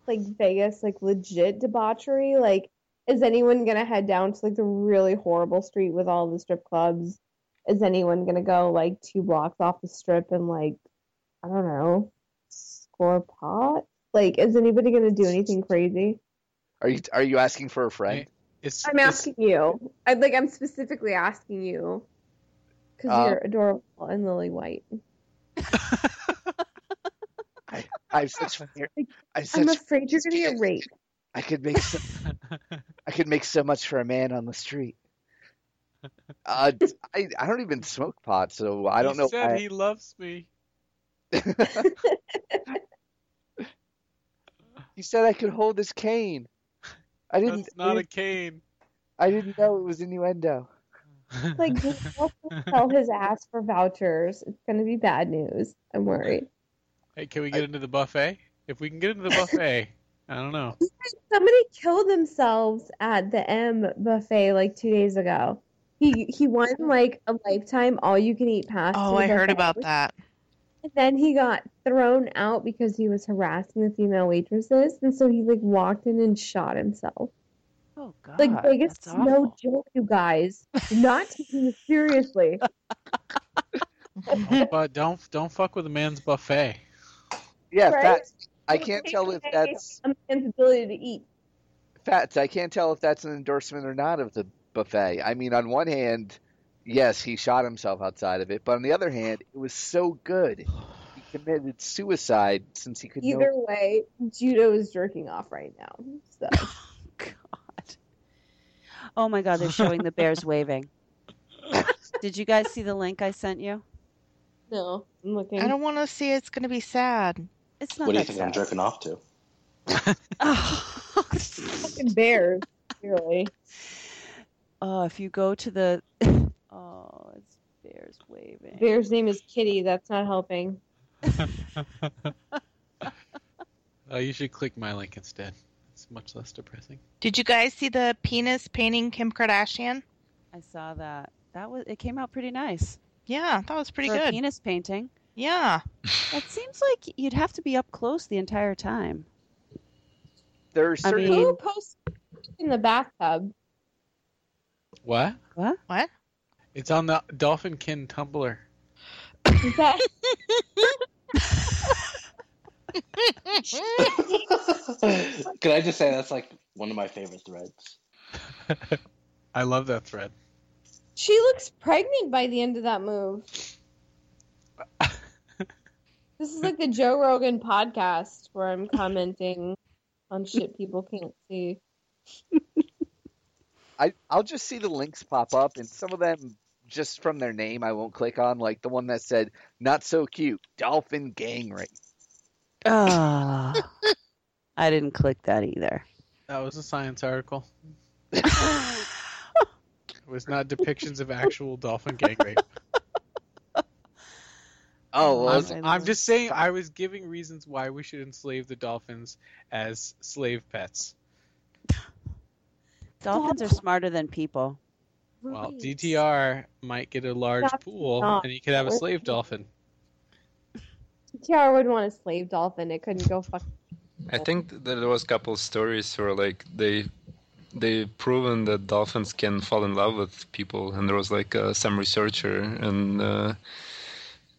Speaker 5: like Vegas, like legit debauchery? Like, is anyone gonna head down to like the really horrible street with all the strip clubs? Is anyone gonna go like two blocks off the strip and like I don't know, score a pot? Like, is anybody gonna do anything crazy?
Speaker 2: Are you are you asking for a friend?
Speaker 7: Right. It's,
Speaker 5: I'm
Speaker 7: it's-
Speaker 5: asking you. I like I'm specifically asking you because
Speaker 2: Uh,
Speaker 5: you're adorable and Lily White.
Speaker 2: I have such weird- I have
Speaker 5: I'm
Speaker 2: such
Speaker 5: afraid you're gonna get
Speaker 2: feelings.
Speaker 5: raped.
Speaker 2: I could make so, I could make so much for a man on the street. Uh, d- I I don't even smoke pot, so I don't
Speaker 7: he
Speaker 2: know.
Speaker 7: Said
Speaker 2: why-
Speaker 7: he loves me.
Speaker 2: He said I could hold this cane. I didn't.
Speaker 7: That's not
Speaker 2: I
Speaker 7: a cane.
Speaker 2: I didn't know it was innuendo.
Speaker 5: Like, he wants to sell his ass for vouchers. It's going to be bad news. I'm worried.
Speaker 7: Hey, can we get into the buffet? If we can get into the buffet, I don't know.
Speaker 5: Somebody killed themselves at the M buffet like two days ago. He he won like a lifetime all you can eat pasta.
Speaker 8: Oh, I heard
Speaker 5: buffet.
Speaker 8: about that.
Speaker 5: And then he got thrown out because he was harassing the female waitresses, and so he like walked in and shot himself.
Speaker 4: Oh God!
Speaker 5: Like Vegas
Speaker 4: that's
Speaker 5: is no
Speaker 4: awful.
Speaker 5: joke, you guys. Not taking it seriously.
Speaker 7: But don't don't fuck with a man's buffet.
Speaker 2: Yeah,
Speaker 5: Right?
Speaker 2: fats. I
Speaker 5: Don't
Speaker 2: can't
Speaker 5: take
Speaker 2: tell if
Speaker 5: away
Speaker 2: that's
Speaker 5: a man's ability to eat.
Speaker 2: fats. I can't tell if that's an endorsement or not of the buffet. I mean, on one hand, yes, he shot himself outside of it, but on the other hand, it was so good, he committed suicide since he could. no-
Speaker 5: Either way, Judo is jerking off right now. So
Speaker 4: God. Oh my God! They're showing the bears waving. Did you guys see the link I sent you?
Speaker 5: no, I'm looking.
Speaker 8: I don't want to see it. It's going to be sad.
Speaker 4: It's not
Speaker 9: What do you
Speaker 4: that
Speaker 9: think I'm
Speaker 4: sad.
Speaker 9: jerking off to?
Speaker 4: Oh.
Speaker 5: fucking bears. Really,
Speaker 4: Oh, if you go to the oh, it's bears waving.
Speaker 5: bear's name is Kitty. That's not helping.
Speaker 7: Uh, you should click my link instead. It's much less depressing.
Speaker 8: Did you guys see the penis painting Kim Kardashian?
Speaker 4: I saw that. That was it. Came out pretty nice.
Speaker 8: Yeah, that was pretty
Speaker 4: for A
Speaker 8: good.
Speaker 4: penis painting.
Speaker 8: Yeah.
Speaker 4: That seems like you'd have to be up close the entire time.
Speaker 2: There are
Speaker 4: I
Speaker 2: certain
Speaker 4: mean-
Speaker 5: Who posts in the bathtub?
Speaker 7: What?
Speaker 8: What?
Speaker 7: It's on the Dolphinkin Tumblr.
Speaker 5: Is that
Speaker 9: Can I just say that's like one of my favorite threads?
Speaker 7: I love that thread.
Speaker 5: she looks pregnant by the end of that move? This is like the Joe Rogan podcast where I'm commenting on shit people can't see.
Speaker 2: I I'll just see the links pop up, and some of them just from their name I won't click on. Like the one that said "not so cute," dolphin gang rape.
Speaker 4: Ah, I didn't click that either.
Speaker 7: That was a science article. It was not depictions of actual dolphin gang rape.
Speaker 2: Oh, well,
Speaker 4: I
Speaker 7: I'm,
Speaker 2: it's-
Speaker 4: love
Speaker 7: I'm
Speaker 4: it.
Speaker 7: just saying I was giving reasons why we should enslave the dolphins as slave pets.
Speaker 4: Dolphins are smarter than people.
Speaker 7: Well,
Speaker 5: Right.
Speaker 7: DTR might get a large
Speaker 5: That's
Speaker 7: pool,
Speaker 5: not
Speaker 7: and he could have a
Speaker 5: what-
Speaker 7: slave dolphin.
Speaker 5: Tiara would want a slave dolphin. It couldn't go fuck.
Speaker 3: I think th- there was a couple stories where like they they proven that dolphins can fall in love with people, and there was like uh, some researcher and uh,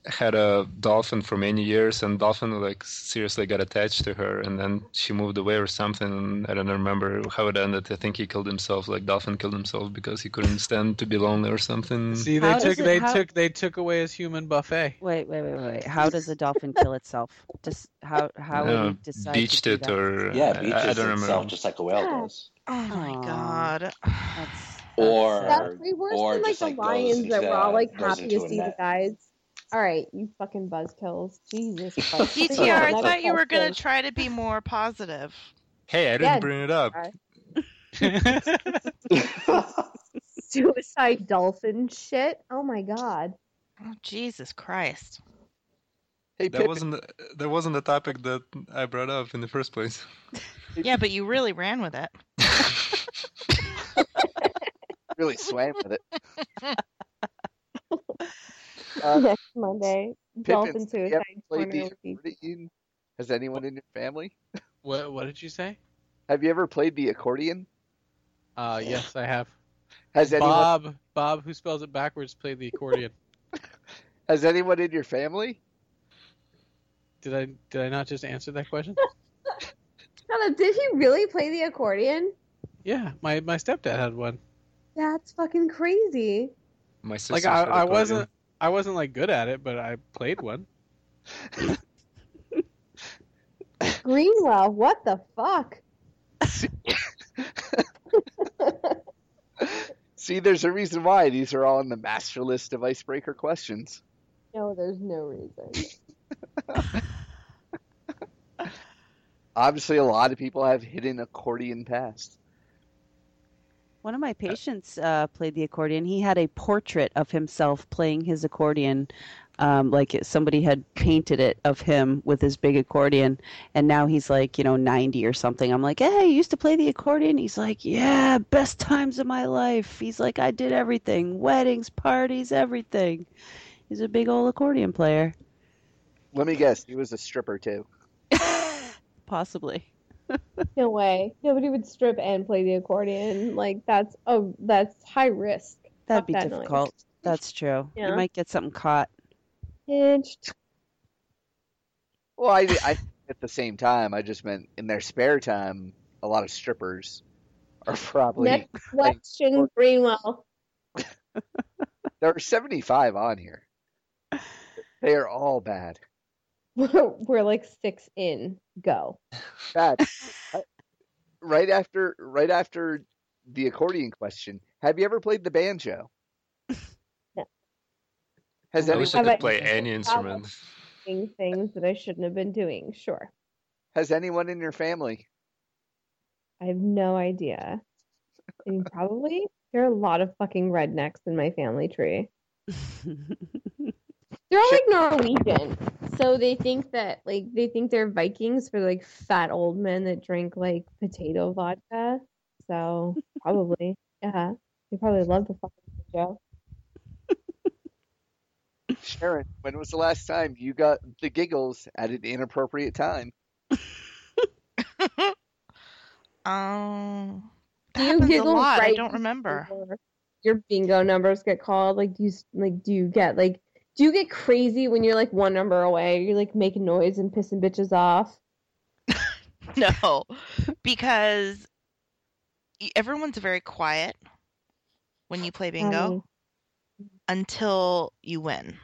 Speaker 3: had a dolphin for many years, and dolphin like seriously got attached to her, and then she moved away or something. And I don't remember how it ended. I think he killed himself. Like dolphin killed himself because he couldn't stand to be lonely or something.
Speaker 7: See, they
Speaker 4: How
Speaker 7: took
Speaker 4: does it-
Speaker 7: they
Speaker 4: how-
Speaker 7: took they took away his human buffet.
Speaker 4: Wait, wait, wait, wait, wait. How does a dolphin kill itself? Just how how would
Speaker 3: Uh,
Speaker 4: you decide
Speaker 3: beached
Speaker 4: to do
Speaker 3: it
Speaker 4: that?
Speaker 3: or
Speaker 9: Yeah,
Speaker 3: I-
Speaker 9: beaches
Speaker 3: I, I don't remember.
Speaker 9: itself, just like a whale
Speaker 5: Yeah.
Speaker 9: does.
Speaker 8: Oh my
Speaker 4: Aw.
Speaker 8: god.
Speaker 4: That's, that's
Speaker 9: Or-
Speaker 4: sad.
Speaker 5: That's way worse
Speaker 9: or
Speaker 5: than like
Speaker 9: just,
Speaker 5: the
Speaker 9: like, goes
Speaker 5: lions that
Speaker 9: into-
Speaker 5: were all like
Speaker 9: goes
Speaker 5: happy
Speaker 9: into
Speaker 5: to
Speaker 9: a
Speaker 5: see the
Speaker 9: net.
Speaker 5: guys. All right, you fucking buzzkills. Jesus Christ.
Speaker 8: DTR, I
Speaker 5: Next
Speaker 8: thought you were going to
Speaker 5: question.
Speaker 8: try to be more positive.
Speaker 3: Hey, I didn't
Speaker 5: Yeah,
Speaker 3: bring it up.
Speaker 5: suicide dolphin shit. Oh my god.
Speaker 8: Oh, Jesus Christ.
Speaker 2: hey,
Speaker 3: That
Speaker 2: Pippin,
Speaker 3: wasn't that wasn't the topic that I brought up in the first place.
Speaker 8: Yeah, but you really ran with it.
Speaker 2: really swam with it. Uh,
Speaker 5: Next Monday,
Speaker 2: Pippin,
Speaker 5: dolphin
Speaker 2: have you
Speaker 5: suicide
Speaker 2: ever played
Speaker 5: corner.
Speaker 2: the
Speaker 5: will be-
Speaker 2: accordion? Has anyone in your family?
Speaker 7: what what did you say?
Speaker 2: Have you ever played the accordion?
Speaker 7: Uh, yes, I have.
Speaker 2: Has anyone
Speaker 7: Bob Bob, who spells it backwards, played the accordion.
Speaker 2: has anyone in your family?
Speaker 7: did I did I not just answer that question?
Speaker 5: Shut up, Did he really play the accordion?
Speaker 7: Yeah, my my stepdad had one.
Speaker 5: That's fucking crazy.
Speaker 3: My sister
Speaker 7: Like I, I wasn't I wasn't like good at it, but I played one.
Speaker 5: Greenwell, what the fuck?
Speaker 2: See, there's a reason why these are all in the master list of icebreaker questions.
Speaker 5: No, there's no reason.
Speaker 2: Obviously, a lot of people have hidden accordion past.
Speaker 4: One of my patients uh, played the accordion. He had a portrait of himself playing his accordion, um, like it- somebody had painted it of him with his big accordion. And now he's like, you know, 90 or something. I'm like, hey, you used to play the accordion? He's like, yeah, best times of my life. He's like, I did everything weddings, parties, everything. He's a big old accordion player.
Speaker 2: Let me guess. He was a stripper too.
Speaker 4: Possibly.
Speaker 5: No way. Nobody would strip and play the accordion. Like that's oh that's high risk.
Speaker 4: That'd
Speaker 5: Fuck
Speaker 4: be
Speaker 5: that noise.
Speaker 4: difficult. That's true.
Speaker 5: Yeah.
Speaker 4: You might get something caught.
Speaker 5: Pinched.
Speaker 2: Well, I, I at the same time, I just meant in their spare time, a lot of strippers are probably
Speaker 5: Next question, Greenwell.
Speaker 2: there are seventy five on here. They are all bad.
Speaker 5: We're, we're like six in. Go.
Speaker 2: Bad. I- right after, right after the accordion question. Have you ever played the banjo?
Speaker 5: No.
Speaker 2: Has
Speaker 3: I wish
Speaker 2: anyone
Speaker 3: I
Speaker 5: Have
Speaker 3: could
Speaker 5: I-
Speaker 3: play any instrument.
Speaker 5: Doing things that I shouldn't have been doing. Sure.
Speaker 2: has anyone in your family?
Speaker 5: I have no idea. And probably there are a lot of fucking rednecks in my family tree. They're all like Norwegian. So they think that like they think they're Vikings for like fat old men that drink like potato vodka. So probably. Yeah. They probably love the fucking show.
Speaker 2: Sharon, when was the last time you got the giggles at an inappropriate time?
Speaker 8: Um, that
Speaker 5: Do you
Speaker 8: happens a
Speaker 5: giggle
Speaker 8: lot. I
Speaker 5: right
Speaker 8: don't remember.
Speaker 5: Or Your bingo numbers get called. Like do you s- like do you get like do you get crazy when you're like one number away? You're like making noise and pissing bitches off.
Speaker 8: No, because y- everyone's very quiet when you play
Speaker 5: Oh.
Speaker 8: bingo until you win.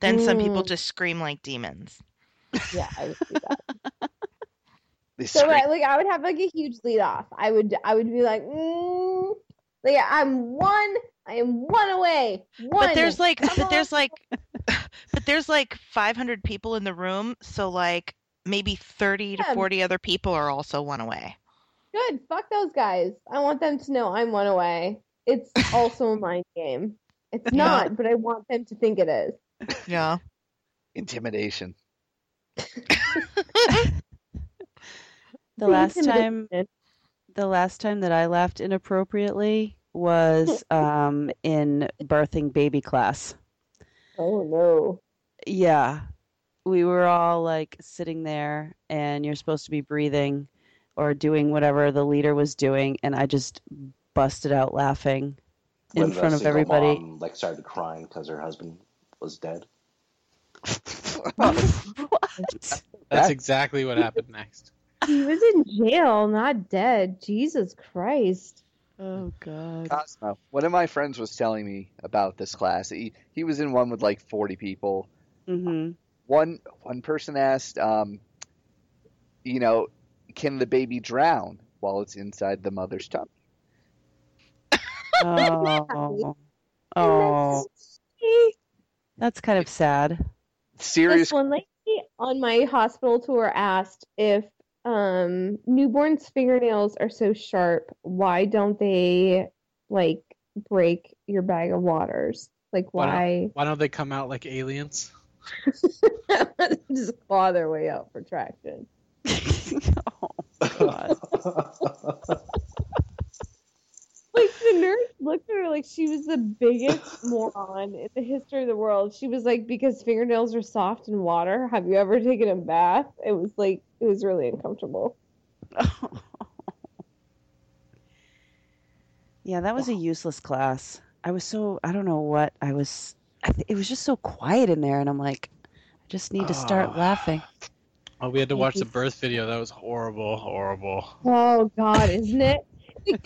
Speaker 8: Then some people
Speaker 5: Mm.
Speaker 8: just scream like demons.
Speaker 5: Yeah, I would do that.
Speaker 2: They
Speaker 5: so
Speaker 2: scream.
Speaker 5: I, like I would have like a huge lead off. I would I would be like, mm, like I'm one, I am one away. One.
Speaker 8: But there's like,
Speaker 5: Come
Speaker 8: but there's
Speaker 5: on.
Speaker 8: like, but there's like 500 people in the room, so like maybe 30 to
Speaker 5: Yeah.
Speaker 8: 40 other people are also one away.
Speaker 5: good. Fuck those guys. I want them to know I'm one away. It's also a mind game. It's
Speaker 8: Yeah.
Speaker 5: not, but I want them to think it is.
Speaker 8: Yeah.
Speaker 2: Intimidation.
Speaker 4: The
Speaker 5: Being
Speaker 4: last
Speaker 5: intimidated.
Speaker 4: time the last time that I laughed inappropriately was um, in birthing baby class.
Speaker 5: Oh no.
Speaker 4: Yeah. We were all like sitting there and you're supposed to be breathing or doing whatever the leader was doing and I just busted out laughing in
Speaker 9: When the
Speaker 4: front of
Speaker 9: single
Speaker 4: everybody.
Speaker 9: mom, like started crying because her husband was dead.
Speaker 4: what?
Speaker 7: That's
Speaker 2: That-
Speaker 7: exactly what happened next.
Speaker 5: He was in jail, not dead. Jesus Christ.
Speaker 4: Oh god.
Speaker 2: Cosmo. One of my friends was telling me about this class. He, he was in one with like 40 people.
Speaker 4: Mhm.
Speaker 2: One one person asked, um, you know, can the baby drown while it's inside the mother's tummy?
Speaker 4: Oh. Oh. That's kind of sad.
Speaker 2: Serious
Speaker 5: This one lady on my hospital tour asked if um, newborns' fingernails are so sharp, why don't they like break your bag of waters? Like why?
Speaker 7: Why don't they come out like aliens?
Speaker 5: Just claw their way out for traction.
Speaker 4: oh god.
Speaker 5: Like the nurse looked at her like she was the biggest moron in the history of the world. She was like, because fingernails are soft in water. Have you ever taken a bath? It was like it was really uncomfortable.
Speaker 4: Yeah, that was a useless class. I was so I don't know what I was. I th- it was just so quiet in there, and I'm like, I just need to start
Speaker 7: Ah.
Speaker 4: laughing.
Speaker 7: Oh, we had to watch the birth video. That was horrible, horrible.
Speaker 5: Oh God, isn't it?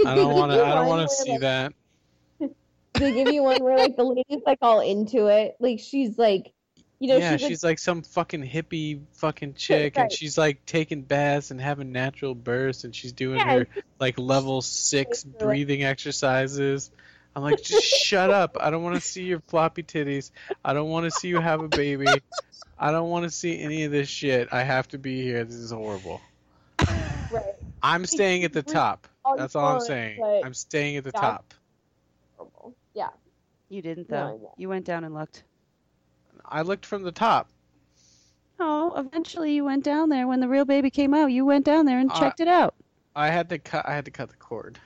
Speaker 7: I don't want to. I don't want to see that.
Speaker 5: they give you one where like the lady's like all into it like she's like you know
Speaker 7: yeah,
Speaker 5: she's, like,
Speaker 7: she's like some fucking hippie fucking chick,
Speaker 5: right.
Speaker 7: and she's like taking baths and having natural births, and she's doing
Speaker 5: Yeah,
Speaker 7: her like level six
Speaker 5: like-
Speaker 7: breathing exercises. I'm like, just shut up! I don't want to see your floppy titties. I don't want to see you have a baby. I don't want to see any of this shit. I have to be here. This is horrible.
Speaker 5: right
Speaker 7: I'm staying at the top.
Speaker 5: all you
Speaker 7: That's all I'm
Speaker 5: want,
Speaker 7: saying.
Speaker 5: but
Speaker 7: I'm staying at the
Speaker 5: Yeah.
Speaker 7: top.
Speaker 5: horrible. Yeah.
Speaker 4: You didn't
Speaker 5: No, I
Speaker 4: though.
Speaker 5: won't.
Speaker 4: you went down and looked.
Speaker 7: I looked from the top.
Speaker 4: No, Oh, eventually you went down there when the real baby came out. You went down there and
Speaker 8: Ah.
Speaker 7: Uh,
Speaker 4: checked it out.
Speaker 7: I had to cut. I had to cut the cord.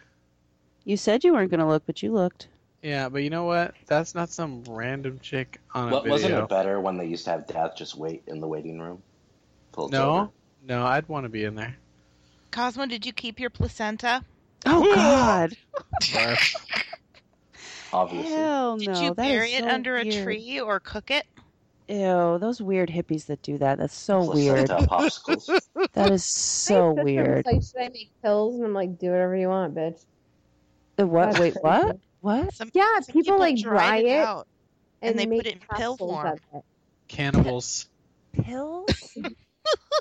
Speaker 4: You said you weren't going to look, but you looked.
Speaker 7: Yeah, but you know what? That's not some random chick on a
Speaker 9: What,
Speaker 7: video.
Speaker 9: wasn't it better when they used to have dads just wait in the waiting room? till it's
Speaker 7: no,
Speaker 9: over?
Speaker 7: no, I'd want to be in there.
Speaker 8: Cosmo, did you keep your placenta?
Speaker 4: Oh God!
Speaker 7: Barf.
Speaker 9: obviously.
Speaker 4: Hell no!
Speaker 8: Did you
Speaker 4: that is
Speaker 8: bury it
Speaker 4: so
Speaker 8: under a
Speaker 4: weird.
Speaker 8: tree or cook it?
Speaker 4: Ew! Those weird hippies that do that—that's so weird.
Speaker 9: Placenta popsicles.
Speaker 4: That is
Speaker 5: My
Speaker 4: so
Speaker 5: sister was
Speaker 4: weird.
Speaker 5: Like, should I make pills? And I'm like, do whatever you want, bitch.
Speaker 4: The what?
Speaker 5: That's
Speaker 4: Wait,
Speaker 5: crazy.
Speaker 4: what? What?
Speaker 8: Some,
Speaker 5: Yeah,
Speaker 8: some
Speaker 5: people, like dry
Speaker 8: dried
Speaker 5: it
Speaker 8: out. and they put
Speaker 5: make
Speaker 8: it in pill
Speaker 5: capsules
Speaker 8: form.
Speaker 5: of it.
Speaker 7: Cannibals.
Speaker 4: Pills?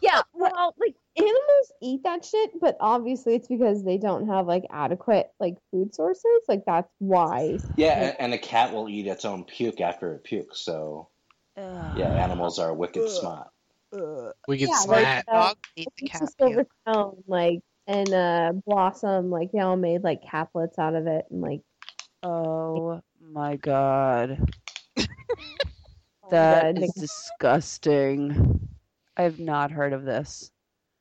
Speaker 5: Yeah, well, like animals eat that shit, but obviously it's because they don't have like adequate like food sources. Like that's why.
Speaker 9: Yeah, and, and a cat will eat its own puke after it pukes. So yeah, animals are wicked smart.
Speaker 7: We get
Speaker 5: Yeah, like-
Speaker 7: slat.
Speaker 5: Uh,
Speaker 8: Dog eat the
Speaker 5: It's
Speaker 8: cat
Speaker 5: just over
Speaker 8: puke.
Speaker 5: town, like and uh blossom, like they all made like caplets out of it and like
Speaker 4: Oh my God! Oh
Speaker 5: all
Speaker 4: That
Speaker 5: good.
Speaker 4: is disgusting. I have not heard of this.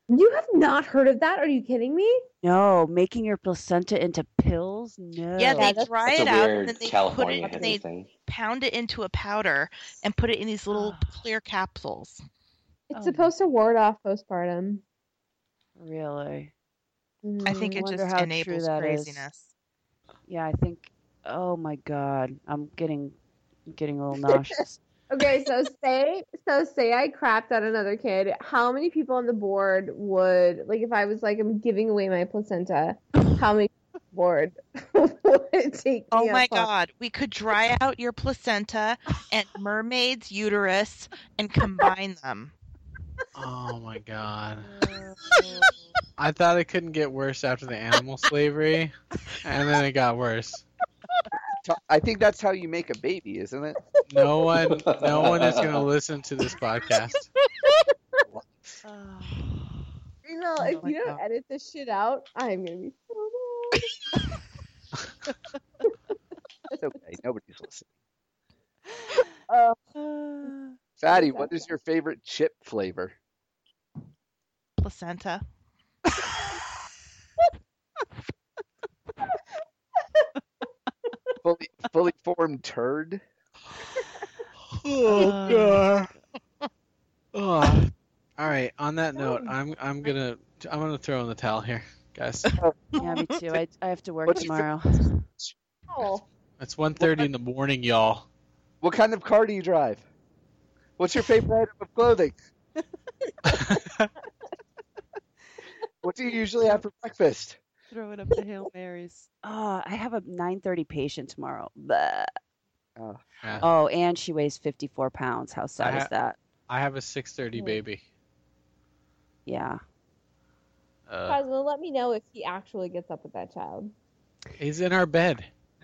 Speaker 5: You have not heard of that? Are you kidding me?
Speaker 4: No, making your placenta into pills? No.
Speaker 8: Yeah, they
Speaker 5: that's-
Speaker 8: dry
Speaker 9: Oh, That's
Speaker 8: it
Speaker 9: a
Speaker 8: out and
Speaker 9: weird
Speaker 8: then they
Speaker 9: California
Speaker 8: put it,
Speaker 9: hippie
Speaker 8: they
Speaker 9: thing.
Speaker 8: pound it into a powder and put it in these little clear capsules.
Speaker 5: It's
Speaker 4: Oh,
Speaker 5: supposed to ward off postpartum.
Speaker 4: really.
Speaker 8: I think
Speaker 5: Mhm.
Speaker 4: Mm,
Speaker 8: it
Speaker 4: wonder
Speaker 8: just
Speaker 4: how true
Speaker 8: enables
Speaker 4: that is.
Speaker 8: craziness.
Speaker 4: Yeah, I think. Oh my God, I'm getting, getting a little nauseous.
Speaker 5: Okay, so say so say I crapped on another kid. How many people on the board would like if I was like I'm giving away my placenta? How many people on the board would take?
Speaker 8: Oh
Speaker 5: me
Speaker 8: my
Speaker 5: up on-
Speaker 8: god, we could dry out your placenta and mermaid's uterus and combine them.
Speaker 7: Oh my god. I thought it couldn't get worse after the animal slavery, and then it got worse.
Speaker 2: T- I think that's how you make a baby, isn't it?
Speaker 7: No one, no one is going to listen to this podcast.
Speaker 5: Email,
Speaker 4: Oh
Speaker 5: if
Speaker 4: my
Speaker 5: you don't
Speaker 4: God.
Speaker 5: edit this shit out, I'm gonna be so mad.
Speaker 2: It's okay. Nobody's listening.
Speaker 5: Oh,
Speaker 4: Uh,
Speaker 2: Fatty, what is your favorite chip flavor?
Speaker 8: Placenta.
Speaker 2: Fully, fully formed turd.
Speaker 7: Oh
Speaker 4: Uh.
Speaker 7: god. Oh. All right. On that note, I'm I'm gonna I'm gonna throw in the towel here, guys.
Speaker 4: yeah, me too. I, I have to work
Speaker 2: What's your
Speaker 4: tomorrow.
Speaker 5: no.
Speaker 7: It's 1.30 in the morning, y'all.
Speaker 2: What kind of car do you drive? What's your favorite item of clothing? What do you usually have for breakfast?
Speaker 4: Throwing up the Hail Marys. Oh, I have a 9:30 patient tomorrow. Blah.
Speaker 7: Yeah.
Speaker 4: Oh, and she weighs 54 pounds. How sad
Speaker 7: I
Speaker 4: is
Speaker 7: ha-
Speaker 4: that?
Speaker 7: I have a 6:30 baby.
Speaker 4: Yeah.
Speaker 7: Uh,
Speaker 5: Cosmo, let me know if he actually gets up with that child.
Speaker 7: he's in our bed.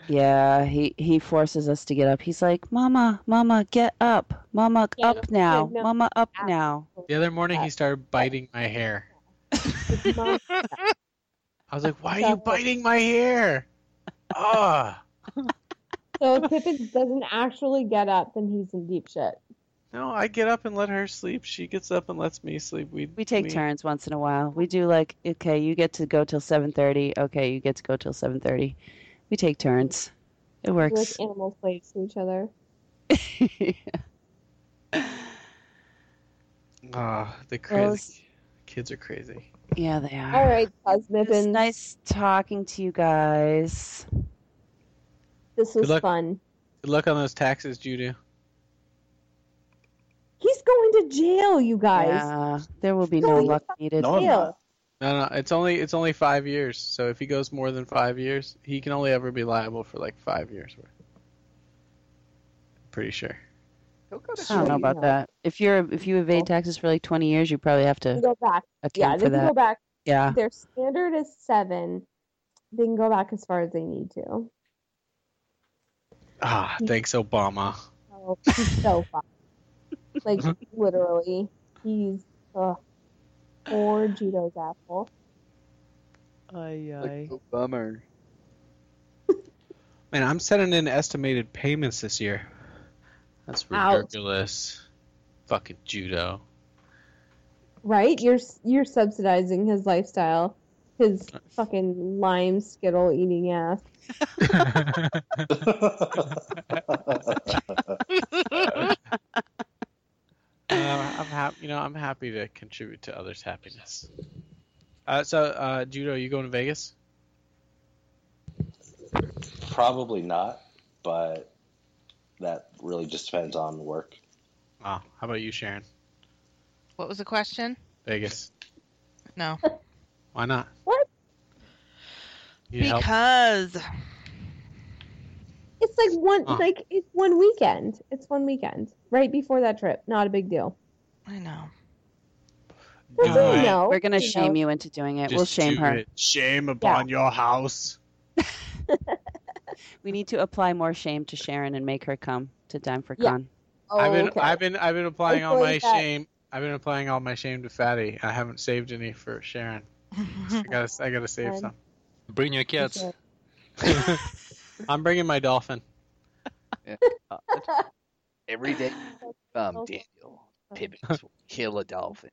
Speaker 4: Yeah, he he forces us to get up. He's like, "Mama, mama, get up. Mama,
Speaker 5: Yeah,
Speaker 4: up
Speaker 5: no,
Speaker 4: now.
Speaker 5: no.
Speaker 4: Mama, up now."
Speaker 7: The other morning, he started biting my hair.
Speaker 5: His mom-
Speaker 7: I was like, "Why are you biting my hair?" Ah.
Speaker 5: so if Pippin doesn't actually get up, then he's in deep shit.
Speaker 7: No, I get up and let her sleep. She gets up and lets me sleep. We
Speaker 4: We take turns once in a while. We do like, okay, you get to go till 7:30. Okay, you get to go till 7:30. We take turns. It
Speaker 5: We're like
Speaker 4: works.
Speaker 5: animal slaves to each other.
Speaker 7: Ah, the crazy
Speaker 4: Those-
Speaker 7: kids are crazy.
Speaker 4: yeah, they are.
Speaker 5: All right,
Speaker 4: It was
Speaker 5: Cosmippins.
Speaker 4: Ah. nice talking to you guys.
Speaker 5: This
Speaker 7: Good
Speaker 5: was
Speaker 7: luck.
Speaker 5: fun.
Speaker 7: Good luck on those taxes, Judah.
Speaker 5: He's going to jail, you guys.
Speaker 4: Yeah, there will be
Speaker 5: Go
Speaker 4: no
Speaker 5: to
Speaker 4: luck
Speaker 5: fuck
Speaker 4: needed.
Speaker 9: No, I'm
Speaker 5: Ew.
Speaker 7: Oh,
Speaker 9: not.
Speaker 7: No, no, it's only it's only five years. So if he goes more than five years, he can only ever be liable for like five years worth. Pretty sure.
Speaker 2: He'll go to
Speaker 4: I don't know
Speaker 2: jail.
Speaker 4: about
Speaker 5: Yeah.
Speaker 4: that. If you're if you evade taxes for like 20 years, you probably have
Speaker 5: They
Speaker 4: to
Speaker 5: go back. Yeah,
Speaker 4: account
Speaker 5: they
Speaker 4: for
Speaker 5: can go
Speaker 4: that.
Speaker 5: back.
Speaker 4: Yeah.
Speaker 5: Their standard is seven. They can go back as far as they need to.
Speaker 7: Ah, thanks, Obama.
Speaker 5: So Oh, he's so fun. Like literally, he's ugh, poor Judo's asshole.
Speaker 4: Ay,
Speaker 2: Like, oh, bummer.
Speaker 7: Man, I'm sending in estimated payments this year. That's
Speaker 5: Ouch.
Speaker 7: ridiculous. Fucking judo.
Speaker 5: Right? You're you're subsidizing his lifestyle, his fucking lime skittle eating ass.
Speaker 7: Uh, I'm happy. You know, I'm happy to contribute to others' happiness. Uh, so, uh, judo, you going to Vegas?
Speaker 9: Probably not, but that really just depends on work.
Speaker 7: Oh, how about you, Sharon?
Speaker 8: What was the question?
Speaker 7: Vegas?
Speaker 8: No.
Speaker 7: Why not?
Speaker 5: What?
Speaker 7: Need help?
Speaker 8: Because
Speaker 5: It's like one
Speaker 7: Huh.
Speaker 5: like it's one weekend. It's one weekend. Right before that trip. Not a big deal.
Speaker 8: I know.
Speaker 5: Well,
Speaker 7: Do
Speaker 5: you
Speaker 7: it.
Speaker 5: know,
Speaker 4: We're gonna
Speaker 5: you
Speaker 4: shame
Speaker 5: know.
Speaker 4: you into doing it.
Speaker 7: Just
Speaker 4: we'll shame
Speaker 7: do
Speaker 4: her.
Speaker 7: it. Shame upon your house.
Speaker 4: We need to apply more shame to Sharon and make her come to Dime for
Speaker 5: Yeah.
Speaker 4: Con.
Speaker 5: Oh,
Speaker 7: I've been,
Speaker 5: okay.
Speaker 7: I've been, I've been applying all my
Speaker 5: Isolate that.
Speaker 7: shame. I've been applying all my shame to Fatty. I haven't saved any for Sharon. I gotta, I gotta save
Speaker 5: Fun.
Speaker 7: some.
Speaker 3: Bring your cats.
Speaker 5: Okay.
Speaker 7: I'm bringing my dolphin.
Speaker 2: Every day, um,
Speaker 5: Okay.
Speaker 2: Daniel Pibbins will kill a dolphin.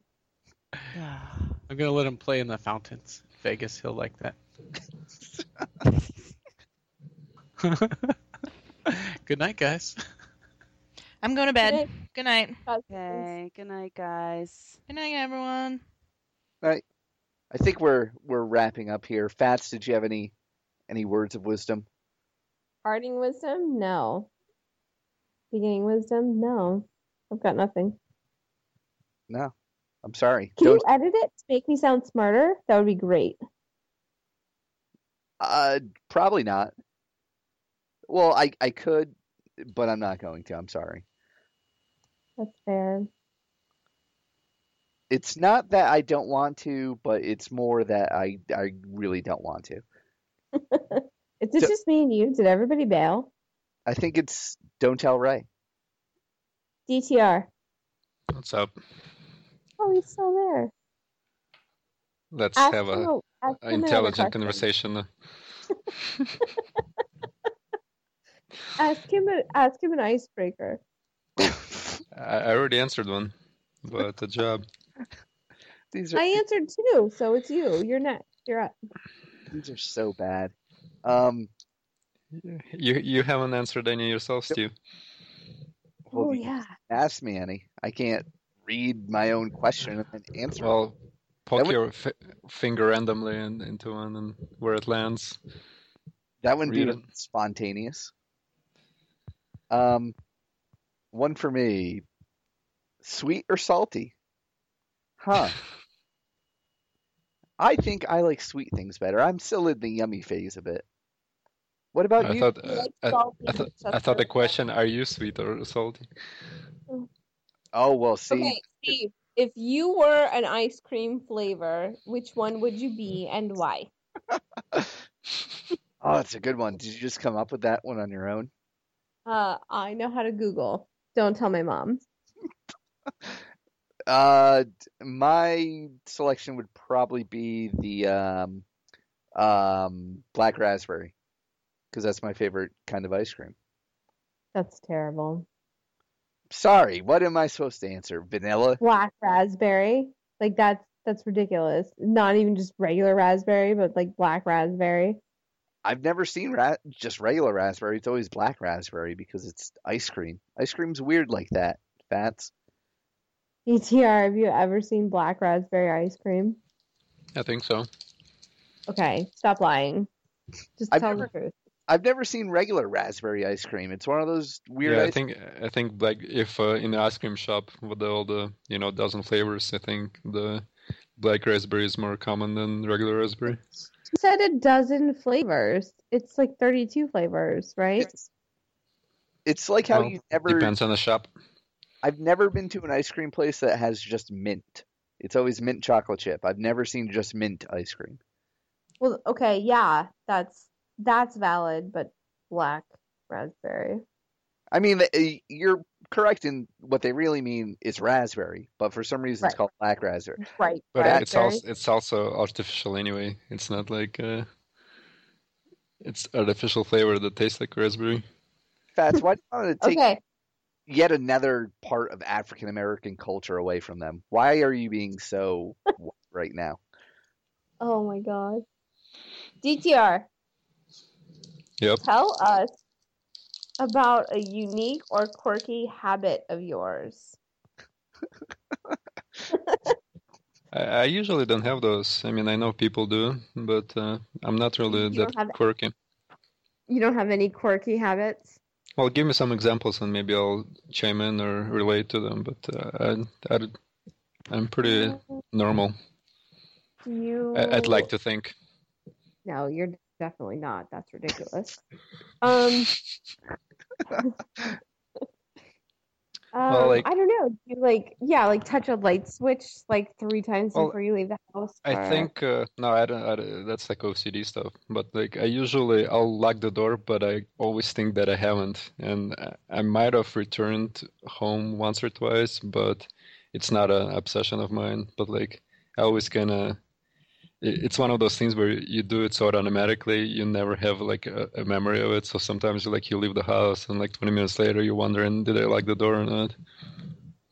Speaker 7: I'm gonna let him play in the fountains. Vegas, he'll like that. Good night, guys.
Speaker 8: I'm going to
Speaker 5: Good
Speaker 8: bed.
Speaker 5: night,
Speaker 8: Good night.
Speaker 5: cousins.
Speaker 4: Okay. Good night, guys.
Speaker 8: Good night, everyone.
Speaker 2: I think we're we're wrapping up here. Fats, did you have any any words of wisdom?
Speaker 5: Parting wisdom? No. Beginning wisdom? No. I've got nothing.
Speaker 2: No, I'm sorry.
Speaker 5: Can
Speaker 2: Don't
Speaker 5: you edit it to make me sound smarter? That would be great.
Speaker 2: uh, probably not. Well, I I could, but I'm not going to. I'm sorry.
Speaker 5: That's fair.
Speaker 2: It's not that I don't want to, but it's more that I I really don't want to.
Speaker 5: Is it
Speaker 2: So-
Speaker 5: just me and you? Did everybody bail?
Speaker 2: I think it's don't tell Ray.
Speaker 5: DTR.
Speaker 3: What's up?
Speaker 5: Oh, he's still there.
Speaker 3: Let's
Speaker 5: Ask
Speaker 3: have
Speaker 5: him
Speaker 3: a,
Speaker 5: a- ask
Speaker 3: a
Speaker 5: him another
Speaker 3: intelligent
Speaker 5: question.
Speaker 3: conversation.
Speaker 5: Ask him a, ask him an icebreaker.
Speaker 3: I, I already answered one, but the job.
Speaker 2: These
Speaker 5: I
Speaker 2: are
Speaker 5: answered two, so it's you. You're next. You're up.
Speaker 2: these are so bad. Um,
Speaker 3: You you haven't answered any yourself, Steve.
Speaker 2: well,
Speaker 5: oh
Speaker 2: you
Speaker 5: yeah.
Speaker 2: ask me any. I can't read my own question and answer. it.
Speaker 3: Well, poke
Speaker 2: would-
Speaker 3: your f- finger randomly in, into one and where it lands.
Speaker 2: That wouldn't be
Speaker 3: Read it.
Speaker 2: spontaneous. Um, one for me. Sweet or salty? Huh. I think I like sweet things better. I'm still in the yummy phase of it. What about
Speaker 3: I
Speaker 2: you?
Speaker 3: thought
Speaker 5: You
Speaker 3: uh,
Speaker 5: like
Speaker 3: I,
Speaker 5: salty
Speaker 3: I, thought
Speaker 5: stuff
Speaker 3: I thought the
Speaker 5: really well.
Speaker 3: question: Are you sweet or salty?
Speaker 2: Oh well, see,
Speaker 5: Okay, Steve. If you were an ice cream flavor, which one would you be and why?
Speaker 2: oh, that's a good one. Did you just come up with that one on your own?
Speaker 5: Uh, I know how to Google. Don't tell my mom.
Speaker 2: Uh, d- my selection would probably be the um, um, black raspberry because that's my favorite kind of ice cream.
Speaker 5: That's terrible.
Speaker 2: Sorry, what am I supposed to answer? Vanilla?
Speaker 5: Black raspberry. Like that's that's ridiculous. Not even just regular raspberry, but like black raspberry.
Speaker 2: I've never seen ra- just regular raspberry. It's always black raspberry because it's ice cream. Ice cream's weird like that. Fats.
Speaker 5: DTR, E have you ever seen black raspberry ice cream?
Speaker 3: I think so.
Speaker 5: Okay, stop lying. Just
Speaker 2: I've
Speaker 5: tell
Speaker 2: never-
Speaker 5: the truth.
Speaker 2: I've never seen regular raspberry ice cream. It's one of those weird.
Speaker 3: yeah, I
Speaker 2: ice-
Speaker 3: think I think like if uh, in the ice cream shop with the, all the you know dozen flavors, I think the black raspberry is more common than regular raspberry.
Speaker 5: You said a dozen flavors. It's like 32 flavors, right?
Speaker 2: It's like how
Speaker 3: Well,
Speaker 2: you never.
Speaker 3: Depends on the shop.
Speaker 2: I've never been to an ice cream place that has just mint. It's always mint chocolate chip. I've never seen just mint ice cream.
Speaker 5: Well, okay, yeah, that's that's valid, but black raspberry.
Speaker 2: I mean, eh, you're correct in what they really mean is raspberry, but for some reason it's
Speaker 5: Right.
Speaker 2: called black raspberry.
Speaker 5: Right.
Speaker 3: But
Speaker 5: right,
Speaker 3: it's
Speaker 5: very-
Speaker 3: also it's also artificial anyway. It's not like uh, it's artificial flavor that tastes like raspberry.
Speaker 2: Fats, why do you want to take
Speaker 5: okay.
Speaker 2: yet another part of African American culture away from them? Why are you being so white right now?
Speaker 5: Oh my god. DTR,
Speaker 3: Yep.
Speaker 5: tell us about a unique or quirky habit of yours.
Speaker 3: I, I usually don't have those. I mean, I know people do, but uh, I'm not really
Speaker 5: You don't
Speaker 3: that
Speaker 5: have-
Speaker 3: quirky.
Speaker 5: You don't have any quirky habits?
Speaker 3: Well, give me some examples and maybe I'll chime in or relate to them. But uh, I, I, I'm pretty normal.
Speaker 5: You
Speaker 3: I, I'd like to think.
Speaker 5: No, you're definitely not. That's ridiculous. Um
Speaker 3: Well,
Speaker 5: um,
Speaker 3: like-
Speaker 5: I don't know. Do you like yeah, like touch a light switch like three times
Speaker 3: Well,
Speaker 5: before you leave the house?
Speaker 3: I
Speaker 5: or-
Speaker 3: think uh, no, I don't, I don't- That's like OCD stuff. But like, I usually I'll lock the door, but I always think that I haven't, and I, I might have returned home once or twice, but it's not an obsession of mine. But like, I always kind of. It's one of those things where you do it sort of automatically. You never have like a, a memory of it. So sometimes like you leave the house, and like 20 minutes later, you're wondering, did I lock the door or not?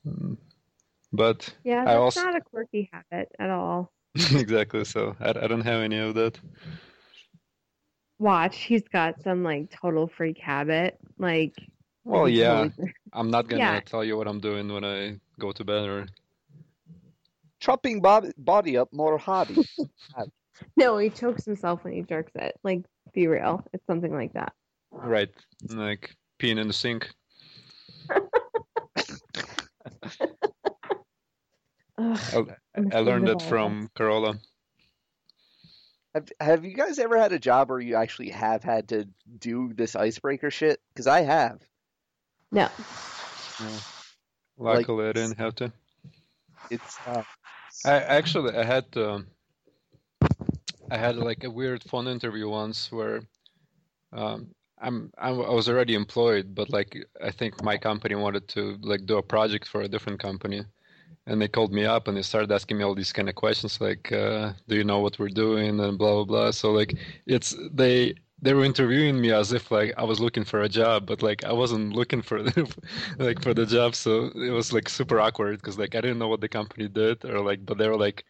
Speaker 3: Mm. But
Speaker 5: Yeah,
Speaker 3: I
Speaker 5: that's
Speaker 3: also-
Speaker 5: not a quirky habit at all.
Speaker 3: exactly, so I, I don't have any of that.
Speaker 5: Watch, he's got some like total freak habit. Like
Speaker 3: Well,
Speaker 5: he's
Speaker 3: yeah.
Speaker 5: always-
Speaker 3: I'm not gonna
Speaker 5: Yeah.
Speaker 3: tell you what I'm doing when I go to bed or
Speaker 2: Trumping bob- body up more hobby.
Speaker 5: No, he chokes himself when he jerks it. Like, be real. It's something like that.
Speaker 3: right, like peeing in the sink.
Speaker 5: Ugh,
Speaker 3: I,
Speaker 5: I'm
Speaker 3: Oh, I learned that
Speaker 5: offended by
Speaker 3: from Corolla.
Speaker 2: Have, have you guys ever had a job where you actually have had to do this icebreaker shit? Because I have.
Speaker 5: No.
Speaker 2: Like-
Speaker 3: Luckily, I didn't have to.
Speaker 2: It's uh,
Speaker 3: I actually I had um, I had like a weird phone interview once where um, I'm I w- I was already employed, but like I think my company wanted to like do a project for a different company, and they called me up and they started asking me all these kind of questions like, uh, "Do you know what we're doing?" and blah blah blah. So like it's they. They were interviewing me as if like I was looking for a job, but like I wasn't looking for the, like for the job, so it was like super awkward because like I didn't know what the company did or like, but they were like,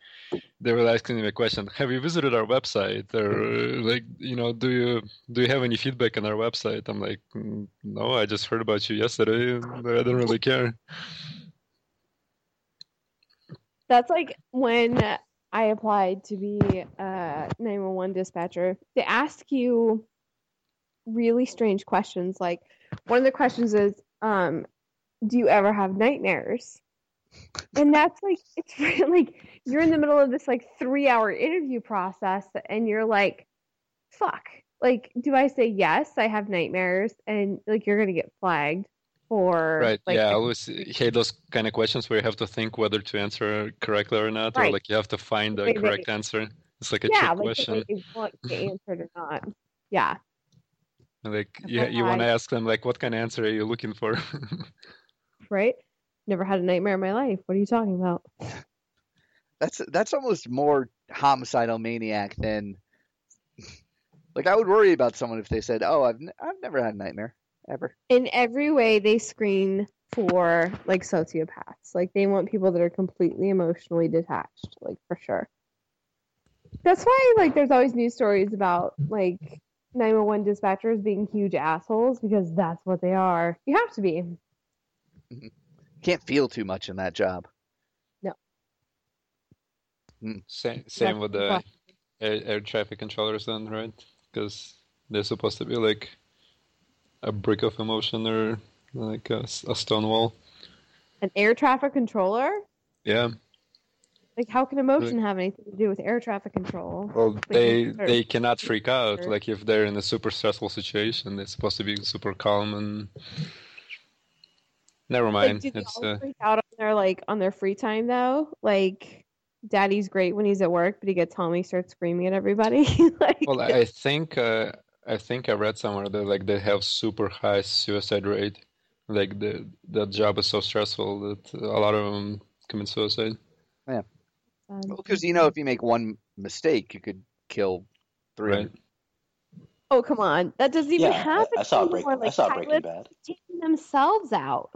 Speaker 3: they were asking me a question: Have you visited our website or like you know do you do you have any feedback on our website? I'm like, "Mm, no, I just heard about you yesterday. and I don't really care.
Speaker 5: That's like when I applied to be a 911 dispatcher. They ask you really strange questions. Like, one of the questions is, um, do you ever have nightmares? And that's like, it's really, like you're in the middle of this like three hour interview process and you're like, fuck. Like, do I say yes, I have nightmares? And like, you're going to get flagged for
Speaker 3: Right?
Speaker 5: like
Speaker 3: yeah, I always hate those kind of questions where you have to think whether to answer correctly or not, or
Speaker 5: Right.
Speaker 3: like you have to find the
Speaker 5: Wait, wait.
Speaker 3: correct answer. It's like a
Speaker 5: yeah,
Speaker 3: trick
Speaker 5: like
Speaker 3: question.
Speaker 5: whether they want to answered or not. Yeah.
Speaker 3: Like
Speaker 5: That's
Speaker 3: you,
Speaker 5: all
Speaker 3: you want to
Speaker 5: right.
Speaker 3: ask them like, what kind of answer are you looking for?
Speaker 5: right? Never had a nightmare in my life. What are you talking about?
Speaker 2: that's that's almost more homicidal maniac than like I would worry about someone if they said, "Oh, I've n- I've never had a nightmare ever."
Speaker 5: In every way, they screen for like sociopaths. Like they want people that are completely emotionally detached, like for sure. That's why like there's always news stories about like 911 dispatchers being huge assholes because that's what they are. You have to be.
Speaker 2: Can't feel too much in that job.
Speaker 3: Same, same with the
Speaker 5: what-
Speaker 3: air, air traffic controllers, then, right? Because they're supposed to be like a brick of emotion or like a, s- a stone wall.
Speaker 5: An air traffic controller?
Speaker 3: Yeah.
Speaker 5: Like how can emotion have anything to do with air traffic control?
Speaker 3: Well, they
Speaker 5: they're-
Speaker 3: they cannot freak out.
Speaker 5: Sure.
Speaker 3: Like if they're in a super stressful situation, they're supposed to be super calm and. Never
Speaker 5: Like,
Speaker 3: mind.
Speaker 5: do they
Speaker 3: it's
Speaker 5: all
Speaker 3: uh,
Speaker 5: freak out on their like on their free time though? Like, Daddy's great when he's at work, but he gets home, he starts screaming at everybody. like,
Speaker 3: well, I I think uh, I think I read somewhere that like they have super high suicide rate. Like the that job is so stressful that a lot of them commit suicide.
Speaker 2: because you know, if you make one mistake, you could kill three.
Speaker 3: Right.
Speaker 5: Oh come on, that doesn't even
Speaker 9: yeah,
Speaker 5: happen.
Speaker 9: I, I saw
Speaker 5: anymore.
Speaker 9: Breaking.
Speaker 5: Like,
Speaker 9: I saw Breaking
Speaker 5: pilots
Speaker 9: Bad.
Speaker 5: taking themselves out.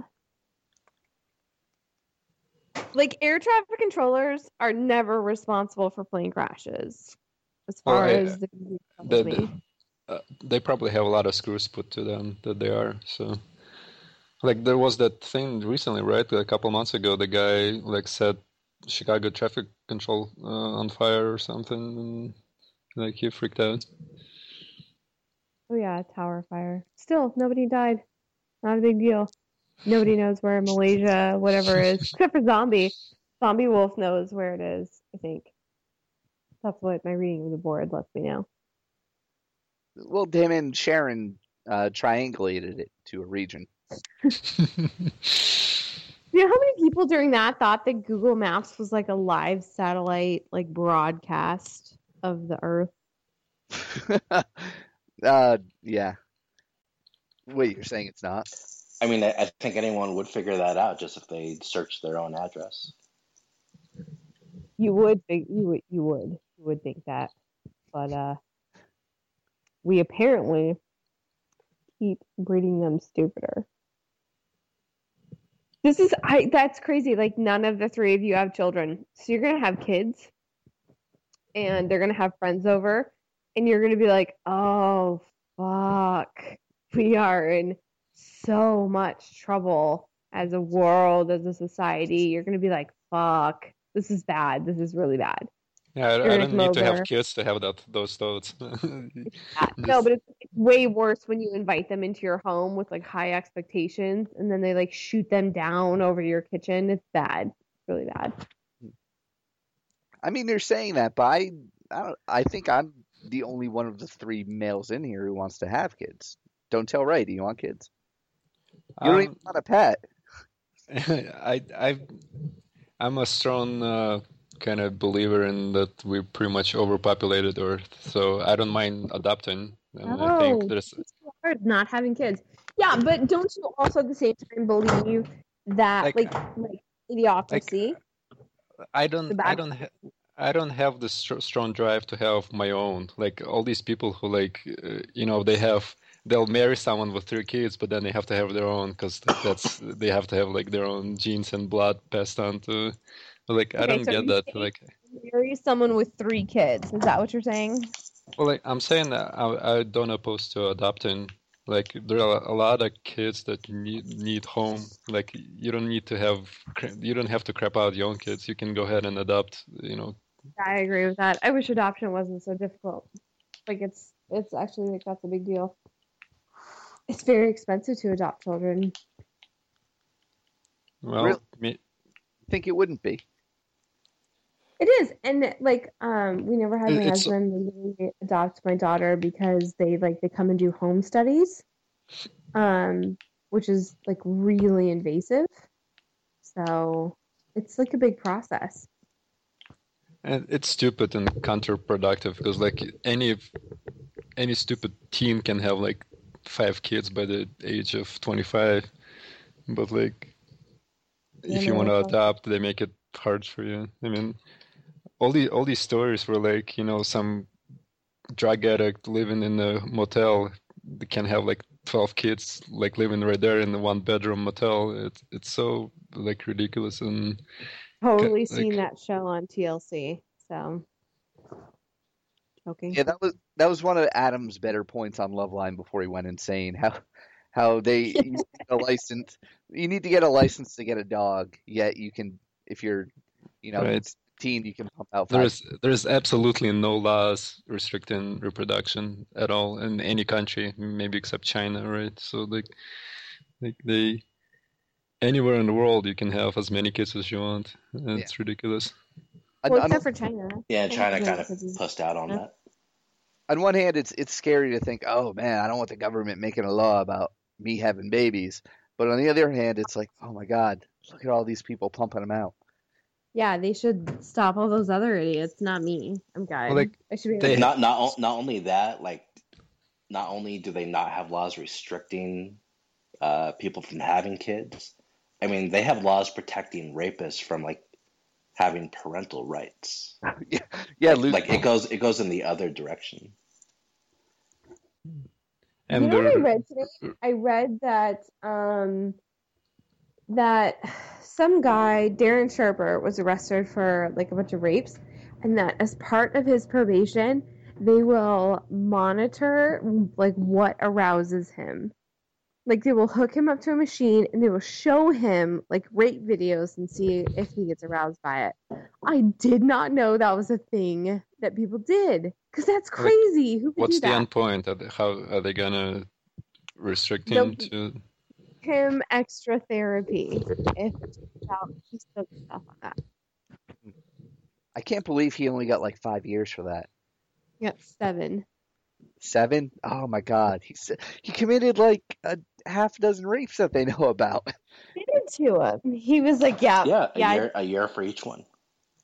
Speaker 5: Like air traffic controllers are never responsible for plane crashes, as
Speaker 3: Well,
Speaker 5: far
Speaker 3: I-
Speaker 5: as the,
Speaker 3: The, the- uh, they probably have a lot of screws put to them that they are. So, like there was that thing recently, right? A couple months ago, the guy like set Chicago traffic control uh, on fire or something, and like he freaked out.
Speaker 5: Oh yeah, tower fire. Still, nobody died. Not a big deal. Nobody knows where Malaysia, whatever is, except for Zombie. Zombie Wolf knows where it is. I think. That's what my reading of the board lets me know.
Speaker 2: Well, him and Sharon uh, triangulated it to a region.
Speaker 5: You know how many people during that thought that Google Maps was like a live satellite, like broadcast of the Earth?
Speaker 2: uh, yeah. Wait, you're saying it's not?
Speaker 9: I mean, I, I think anyone would figure that out just if they searched their own address.
Speaker 5: You would think you would you would you would think that, but uh, we apparently keep breeding them stupider. This is I. That's crazy. Like none of the three of you have children, so you're gonna have kids, and they're gonna have friends over, and you're gonna be like, oh fuck, we are in so much trouble as a world, as a society. You're gonna be like, fuck, this is bad. This is really bad.
Speaker 3: Yeah, I,
Speaker 5: You're
Speaker 3: I
Speaker 5: gonna
Speaker 3: don't need to
Speaker 5: smother.
Speaker 3: have kids to have that those thoughts.
Speaker 5: Yeah, No, but it's, it's way worse when you invite them into your home with like high expectations and then they like shoot them down over your kitchen. It's bad. It's really bad.
Speaker 2: I mean, they're saying that, but I, I, don't, I think I'm the only one of the three males in here who wants to have kids. Don't tell Ray, do you want kids? You don't even
Speaker 3: Um,
Speaker 2: want a pet.
Speaker 3: I I I'm a strong uh, kind of believer in that we're pretty much overpopulated Earth, so I don't mind adopting. And I think
Speaker 5: Oh.
Speaker 3: there's
Speaker 5: It's hard not having kids. Yeah, but don't you also at the same time believe that
Speaker 3: Like-
Speaker 5: like like idiocracy?
Speaker 3: I
Speaker 5: The
Speaker 3: don't I
Speaker 5: bad-
Speaker 3: don't ha- I don't have the str- strong drive to have my own. Like all these people who like uh, you know they have they'll marry someone with three kids, but then they have to have their own because that's they have to have like their own genes and blood passed on to. Like I
Speaker 5: Okay,
Speaker 3: don't
Speaker 5: so
Speaker 3: get
Speaker 5: you're
Speaker 3: that.
Speaker 5: saying-
Speaker 3: Like
Speaker 5: Marry someone with three kids. Is that what you're saying?
Speaker 3: Well, like, I'm saying that I, I don't oppose to adopting. Like there are a lot of kids that need need home. Like you don't need to have cra- you don't have to crap out your own kids. You can go ahead and adopt. You know,
Speaker 5: I agree with that. I wish adoption wasn't so difficult. Like it's it's actually like that's a big deal. It's very expensive to adopt children.
Speaker 3: well,
Speaker 2: Really?
Speaker 3: me,
Speaker 2: I think it wouldn't be.
Speaker 5: It is, and like um, we never had
Speaker 3: It-
Speaker 5: my
Speaker 3: it's-
Speaker 5: husband legally adopt my daughter because they like they come and do home studies, um, which is like really invasive. So it's like a big process.
Speaker 3: and it's stupid and counterproductive because like any any stupid teen can have like five kids by the age of 25, but like
Speaker 5: Yeah,
Speaker 3: if you
Speaker 5: no,
Speaker 3: want to
Speaker 5: that's not-
Speaker 3: adopt, they make it hard for you. I mean, all the all these stories were like, you know, some drug addict living in a motel they can have like 12 kids like living right there in the one bedroom motel. It, it's so like ridiculous and
Speaker 5: Totally
Speaker 3: like-
Speaker 5: seen that show on TLC. So joking.
Speaker 2: Yeah, that was that was one of Adam's better points on Loveline before he went insane. How how they you need a license you need to get a license to get a dog, yet you can if you're you know
Speaker 3: Right.
Speaker 2: teen you can pump out five.
Speaker 3: there's there's absolutely no laws restricting reproduction at all in any country, maybe except China, right? So like like they anywhere in the world you can have as many kids as you want. It's ridiculous.
Speaker 2: On-
Speaker 5: Well,
Speaker 2: on-
Speaker 5: except for China.
Speaker 9: Yeah,
Speaker 5: China
Speaker 9: China
Speaker 5: doesn't
Speaker 9: kind of
Speaker 5: have these-
Speaker 9: pussed out on
Speaker 5: Yeah.
Speaker 9: that.
Speaker 2: on one hand, it's it's scary to think, oh man, I don't want the government making a law about me having babies. But on the other hand, it's like, oh my God, look at all these people pumping them out.
Speaker 5: Yeah, they should stop all those other idiots, not me. I'm guy.
Speaker 3: Well, like,
Speaker 5: I should be
Speaker 3: they-
Speaker 5: like,
Speaker 9: Not not o- not only that, like not only do they not have laws restricting uh, people from having kids. I mean, they have laws protecting rapists from like having parental rights.
Speaker 2: Yeah, Luke.
Speaker 9: Like it goes it goes in the other direction.
Speaker 3: And
Speaker 5: you know what I
Speaker 3: they're- Mm.
Speaker 5: read today? I read that um, that some guy, Darren Sharper, was arrested for like a bunch of rapes, and that as part of his probation, they will monitor like what arouses him. Like they will hook him up to a machine and they will show him like rape videos and see if he gets aroused by it. I did not know that was a thing that people did because that's
Speaker 3: Like,
Speaker 5: crazy. Who would
Speaker 3: what's
Speaker 5: do
Speaker 3: the
Speaker 5: that?
Speaker 3: end point? Are they, how are they gonna restrict
Speaker 5: They'll-
Speaker 3: him to?
Speaker 5: him extra therapy if about he still gets off on that.
Speaker 2: I can't believe he only got like five years for that.
Speaker 5: He got seven.
Speaker 2: Seven? Oh my God. He s- he committed like a half dozen rapes that they know about.
Speaker 5: They did two of them. He was like, yeah,
Speaker 9: Yeah, a
Speaker 5: yeah, I-
Speaker 9: year a year for each one.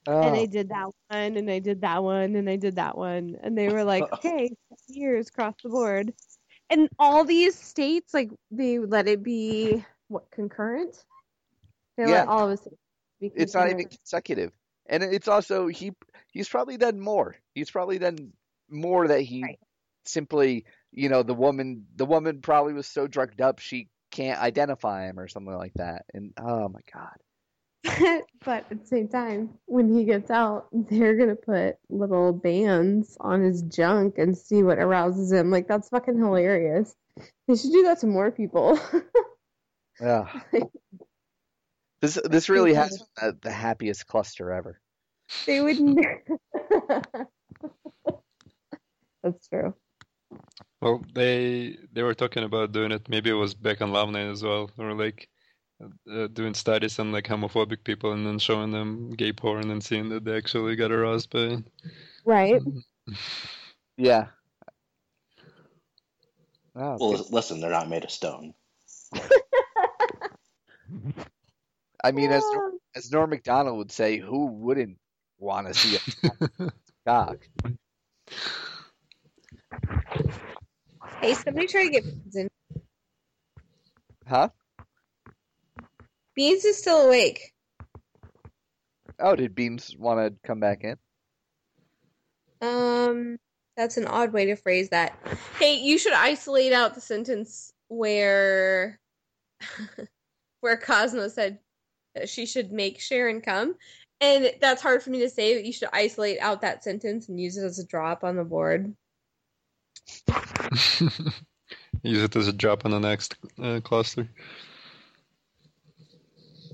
Speaker 5: and I
Speaker 2: Oh,
Speaker 5: did that one, and I did that one, and I did that one, and they were like, okay, seven years across the board, and all these states like they let it be what concurrent. They
Speaker 2: Yeah.
Speaker 5: let all of us. Be
Speaker 2: it's not even
Speaker 5: concurrent.
Speaker 2: consecutive, and it's also he he's probably done more. He's probably done more that he
Speaker 5: Right.
Speaker 2: simply you know the woman the woman probably was so drugged up she can't identify him or something like that. And oh my God.
Speaker 5: but at the same time, when he gets out, they're gonna put little bands on his junk and see what arouses him. Like that's fucking hilarious. They should do that to more people.
Speaker 2: Yeah. This this really has been the, the happiest cluster ever.
Speaker 5: they would. ne- that's true.
Speaker 3: Well, they they were talking about doing it. Maybe it was back on Lavna as well, or like uh, doing studies on like homophobic people and then showing them gay porn and seeing that they actually got aroused by. it.
Speaker 5: Right?
Speaker 2: Yeah. Oh,
Speaker 9: Well,
Speaker 2: good.
Speaker 9: listen, they're not made of stone.
Speaker 2: I mean, as Nor- as Norm Macdonald would say, who wouldn't want to see a cock?
Speaker 5: Hey, somebody try to get Beans in.
Speaker 2: Huh?
Speaker 5: Beans is still awake.
Speaker 2: Oh, did Beans want to come back in?
Speaker 5: Um, that's an odd way to phrase that. Hey, you should isolate out the sentence where where Cosmo said that she should make Sharon come. And that's hard for me to say, but you should isolate out that sentence and use it as a drop on the board.
Speaker 3: Use it as a drop on the next uh, cluster.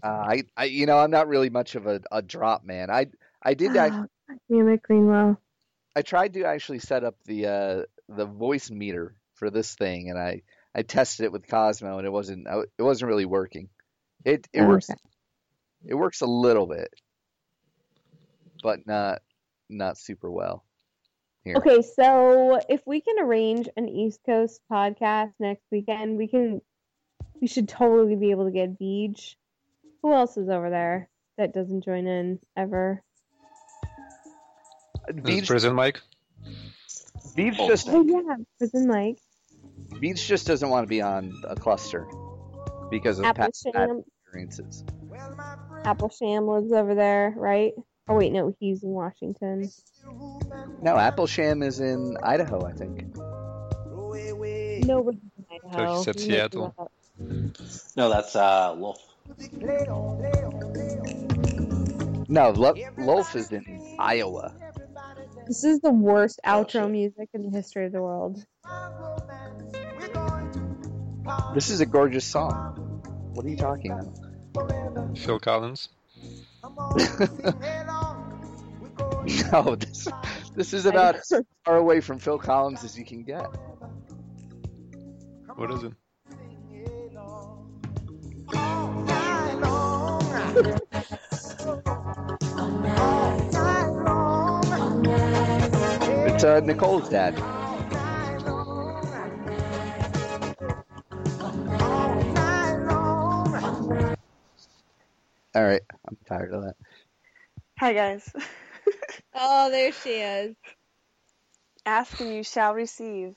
Speaker 2: Uh, I, I, you know, I'm not really much of a, a drop man. I, I did. I,
Speaker 5: Damn it, Greenwell.
Speaker 2: I tried to actually set up the uh, the voice meter for this thing, and I, I tested it with Cosmo, and it wasn't. I- It wasn't really working. It it works. It works a little bit, but not not super well. Here.
Speaker 5: Okay, so if we can arrange an East Coast podcast next weekend, we can we should totally be able to get Beach. Who else is over there that doesn't join in ever?
Speaker 3: Is
Speaker 2: Beach,
Speaker 3: Uh, prison Mike.
Speaker 2: Beach just
Speaker 5: Oh yeah, Prison Mike,
Speaker 2: Beach just doesn't want to be on a cluster because of
Speaker 5: Apple
Speaker 2: past bad
Speaker 5: Sham,
Speaker 2: experiences.
Speaker 5: Apple Sham lives over there, right? Oh wait, no, he's in Washington.
Speaker 2: No, Applesham is in Idaho, I think.
Speaker 5: Nobody's in
Speaker 3: So he
Speaker 5: Idaho.
Speaker 3: said
Speaker 5: You're making
Speaker 3: Seattle.
Speaker 5: that up.
Speaker 9: No, that's uh, Wolf.
Speaker 2: No, Lo- Lolf is in Iowa.
Speaker 5: This is the worst
Speaker 9: Oh,
Speaker 5: outro
Speaker 9: shit.
Speaker 5: music in the history of the world.
Speaker 2: This is a gorgeous song. What are you talking about?
Speaker 3: Phil Collins.
Speaker 2: No, this this is about as far away from Phil Collins as you can get.
Speaker 3: What is it?
Speaker 2: It's uh, Nicole's dad. All right, I'm tired of that.
Speaker 12: Hi guys.
Speaker 5: Oh, there she is.
Speaker 12: Ask and you shall receive.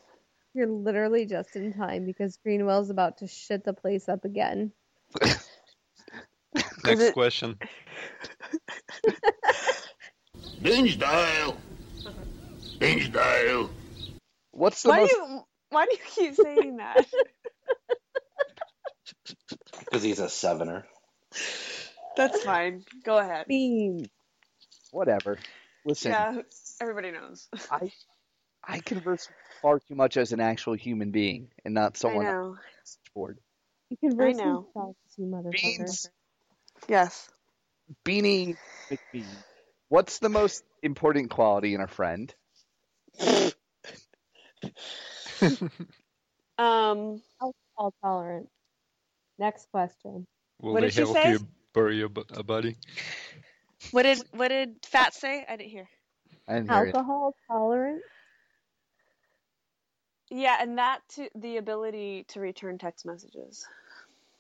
Speaker 5: You're literally just in time because Greenwell's about to shit the place up again.
Speaker 3: Next
Speaker 4: it-
Speaker 3: question.
Speaker 12: Dinsdale! Dinsdale!
Speaker 2: What's the
Speaker 11: Why
Speaker 2: most?
Speaker 11: do you why do you keep saying that?
Speaker 9: because he's a sevener.
Speaker 11: That's fine. Go ahead.
Speaker 5: Bean.
Speaker 2: Whatever. Listen,
Speaker 11: Yeah, everybody knows.
Speaker 2: I converse far too much as an actual human being and not someone
Speaker 11: I
Speaker 2: on
Speaker 11: know.
Speaker 2: the board.
Speaker 5: You can verse
Speaker 11: know.
Speaker 5: these thoughts, you motherfucker.
Speaker 2: Beans,
Speaker 11: Yes.
Speaker 2: Beanie McBean. What's the most important quality in a friend?
Speaker 11: Um.
Speaker 5: All tolerant. Next question.
Speaker 3: Will
Speaker 11: What
Speaker 3: they
Speaker 11: did she
Speaker 3: help
Speaker 11: say?
Speaker 3: you bury a, bu- a body?
Speaker 11: What did What did Fat say? I didn't hear.
Speaker 2: I didn't hear it.
Speaker 5: Alcohol tolerant.
Speaker 11: Yeah, and that to the ability to return text messages,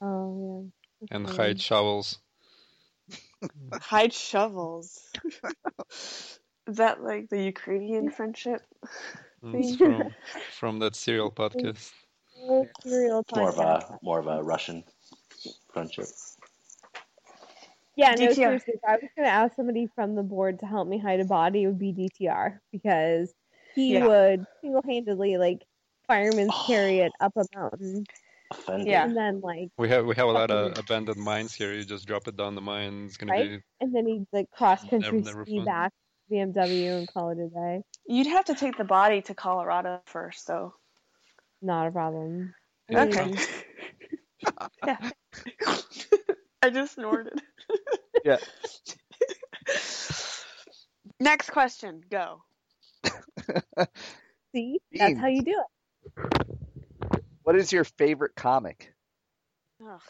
Speaker 5: Oh yeah.
Speaker 3: And
Speaker 5: Okay.
Speaker 3: hide shovels.
Speaker 11: Mm. hide shovels. Is that like the Ukrainian friendship?
Speaker 3: Mm, It's from, from that serial podcast.
Speaker 5: Whole serial
Speaker 9: More of
Speaker 5: podcast.
Speaker 9: a more of a Russian friendship.
Speaker 5: Yeah, no,
Speaker 11: DTR.
Speaker 5: seriously. If I was going to ask somebody from the board to help me hide a body, it would be DTR because he
Speaker 11: Yeah.
Speaker 5: would single handedly, like, fireman's
Speaker 9: Oh.
Speaker 5: carry it up a mountain
Speaker 9: Offended.
Speaker 11: Yeah.
Speaker 5: and then, like,
Speaker 3: We have we have a lot of abandoned mines here. You just drop it down the mine. It's gonna
Speaker 5: Right?
Speaker 3: be
Speaker 5: and then he'd, like, cross country
Speaker 3: Never- never
Speaker 5: ski
Speaker 3: fun.
Speaker 5: back to BMW and call it a day.
Speaker 11: You'd have to take the body to Colorado first, though.
Speaker 5: Not a problem.
Speaker 3: Yeah,
Speaker 5: Okay.
Speaker 3: Trump.
Speaker 11: Yeah. I just snorted.
Speaker 2: Yeah.
Speaker 11: Next question. Go.
Speaker 5: See, that's how you do it.
Speaker 2: What is your favorite comic?
Speaker 11: Ugh.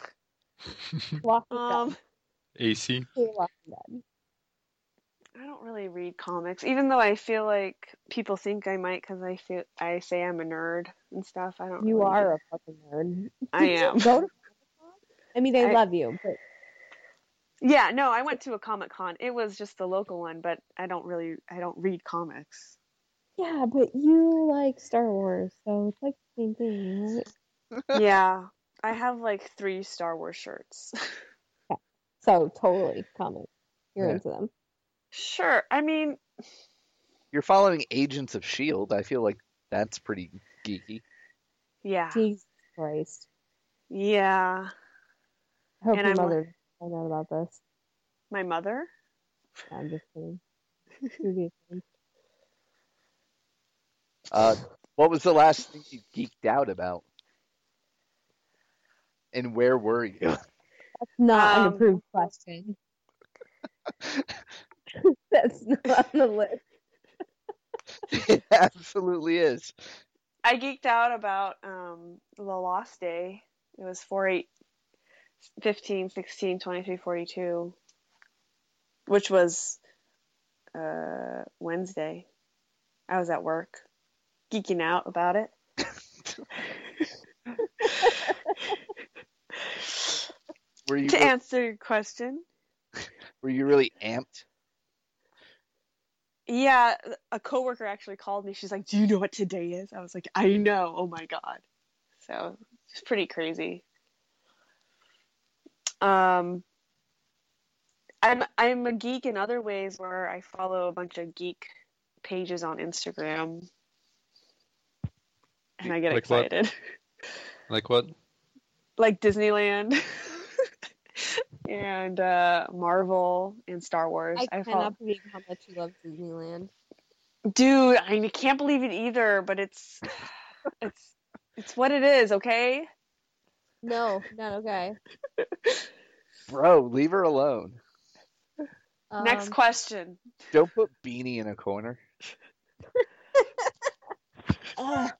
Speaker 5: Walking
Speaker 11: Um,
Speaker 5: Dead.
Speaker 3: AC.
Speaker 5: Stay Walking Dead.
Speaker 11: I don't really read comics, even though I feel like people think I might because I feel I say I'm a nerd and stuff. I don't.
Speaker 5: You
Speaker 11: really-
Speaker 5: are a fucking nerd.
Speaker 11: I
Speaker 5: Did you
Speaker 11: am.
Speaker 5: Go to I mean, I,
Speaker 11: I-
Speaker 5: love you, but
Speaker 11: Yeah. No, I went to a comic con. It was just the local one, but I don't really. I don't read comics.
Speaker 5: yeah, but you like Star Wars, so it's like the same thing, right?
Speaker 11: yeah. I have like three Star Wars shirts.
Speaker 5: So totally comic. You're
Speaker 2: Yeah.
Speaker 5: into them.
Speaker 11: sure. I mean,
Speaker 2: You're following Agents of Shield. I feel like that's pretty geeky.
Speaker 11: yeah.
Speaker 5: Jesus Christ.
Speaker 11: Yeah.
Speaker 5: I hope
Speaker 11: And
Speaker 5: your
Speaker 11: I'm like-
Speaker 5: mother doesn't find out about this.
Speaker 11: My mother?
Speaker 5: No, I'm just kidding. She would be ashamed.
Speaker 2: Uh, what was the last thing you geeked out about? And where were you?
Speaker 5: Not
Speaker 11: Um,
Speaker 5: an approved question. That's not on the list.
Speaker 2: it absolutely is.
Speaker 11: I geeked out about um, The Lost Day. It was 4, 8, 15, 16, 23, 42, which was uh, Wednesday. I was at work geeking out about it.
Speaker 2: Were you
Speaker 11: to answer your question,
Speaker 2: were you really amped?
Speaker 11: yeah, a coworker actually called me. She's like, Do you know what today is? I was like, I know. Oh my God. So it's pretty crazy. Um, I'm I'm a geek in other ways where I follow a bunch of geek pages on Instagram, and I get
Speaker 3: Like what?
Speaker 11: excited,
Speaker 3: Like what?
Speaker 11: like Disneyland and uh, Marvel and Star Wars.
Speaker 5: I
Speaker 11: follow-
Speaker 5: cannot believe how much you love Disneyland.
Speaker 11: Dude, I can't believe it either, but it's it's it's what it is, okay?
Speaker 5: No, not okay.
Speaker 2: Bro, leave her alone.
Speaker 11: Next
Speaker 5: Um,
Speaker 11: question.
Speaker 2: Don't put Beanie in a corner.
Speaker 5: ugh,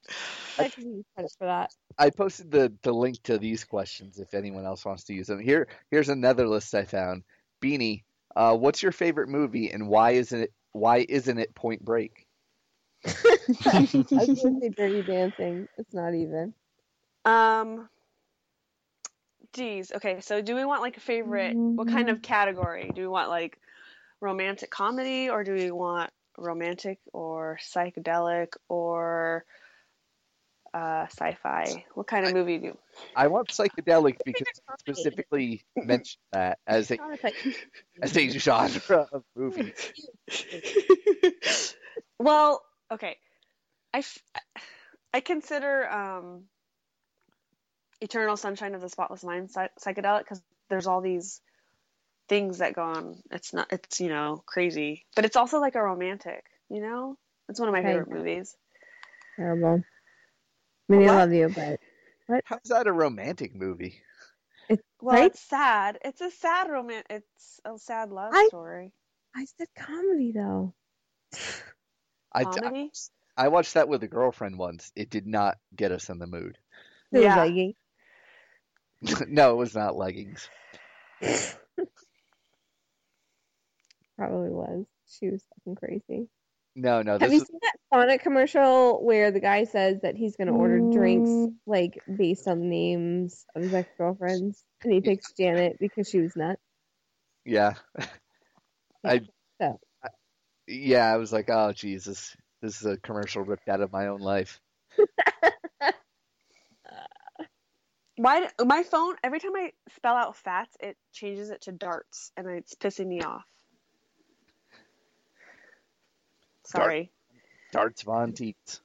Speaker 5: I should give you credit for that.
Speaker 2: I posted the, the link to these questions if anyone else wants to use them. Here here's another list I found. Beanie, uh, what's your favorite movie and why isn't it why isn't it Point Break?
Speaker 5: I was going to say dirty dancing. It's not even.
Speaker 11: Um geez, okay, so do we want like a favorite what kind of category? Do we want like romantic comedy or do we want romantic or psychedelic or uh, sci-fi. What kind of movie do you?
Speaker 2: I want psychedelic because I specifically mentioned that as a as a genre of movie.
Speaker 11: Well, okay. I, f- I consider um, Eternal Sunshine of the Spotless Mind psy- psychedelic because there's all these things that go on. It's not, it's, you know, crazy, but it's also like a romantic, you know? It's one of my
Speaker 5: Right.
Speaker 11: favorite movies.
Speaker 5: Terrible. I mean, I
Speaker 11: What?
Speaker 5: love you, but what?
Speaker 2: How's that a romantic movie?
Speaker 11: Well,
Speaker 5: Right?
Speaker 11: it's sad. It's a sad romance. It's a sad love
Speaker 5: I-
Speaker 11: story.
Speaker 5: I said comedy though.
Speaker 2: I, I,
Speaker 11: Comedy?
Speaker 2: I watched that with a girlfriend once. It did not get us in the mood.
Speaker 5: It
Speaker 11: Yeah.
Speaker 5: was leggy.
Speaker 2: no, it was not leggings.
Speaker 5: Probably was. She was fucking crazy.
Speaker 2: No, no,
Speaker 5: Have
Speaker 2: this
Speaker 5: you
Speaker 2: is
Speaker 5: seen that Sonic commercial where the guy says that he's gonna order
Speaker 2: Mm.
Speaker 5: drinks like based on names of his ex girlfriends, and he picks Janet because she was nuts?
Speaker 2: yeah. I,
Speaker 5: So.
Speaker 2: I- yeah, I was like, oh Jesus, this is a commercial ripped out of my own life.
Speaker 11: Why d- my phone every time I spell out fats it changes it to darts and it's pissing me off. Sorry.
Speaker 2: Darts Von Teets.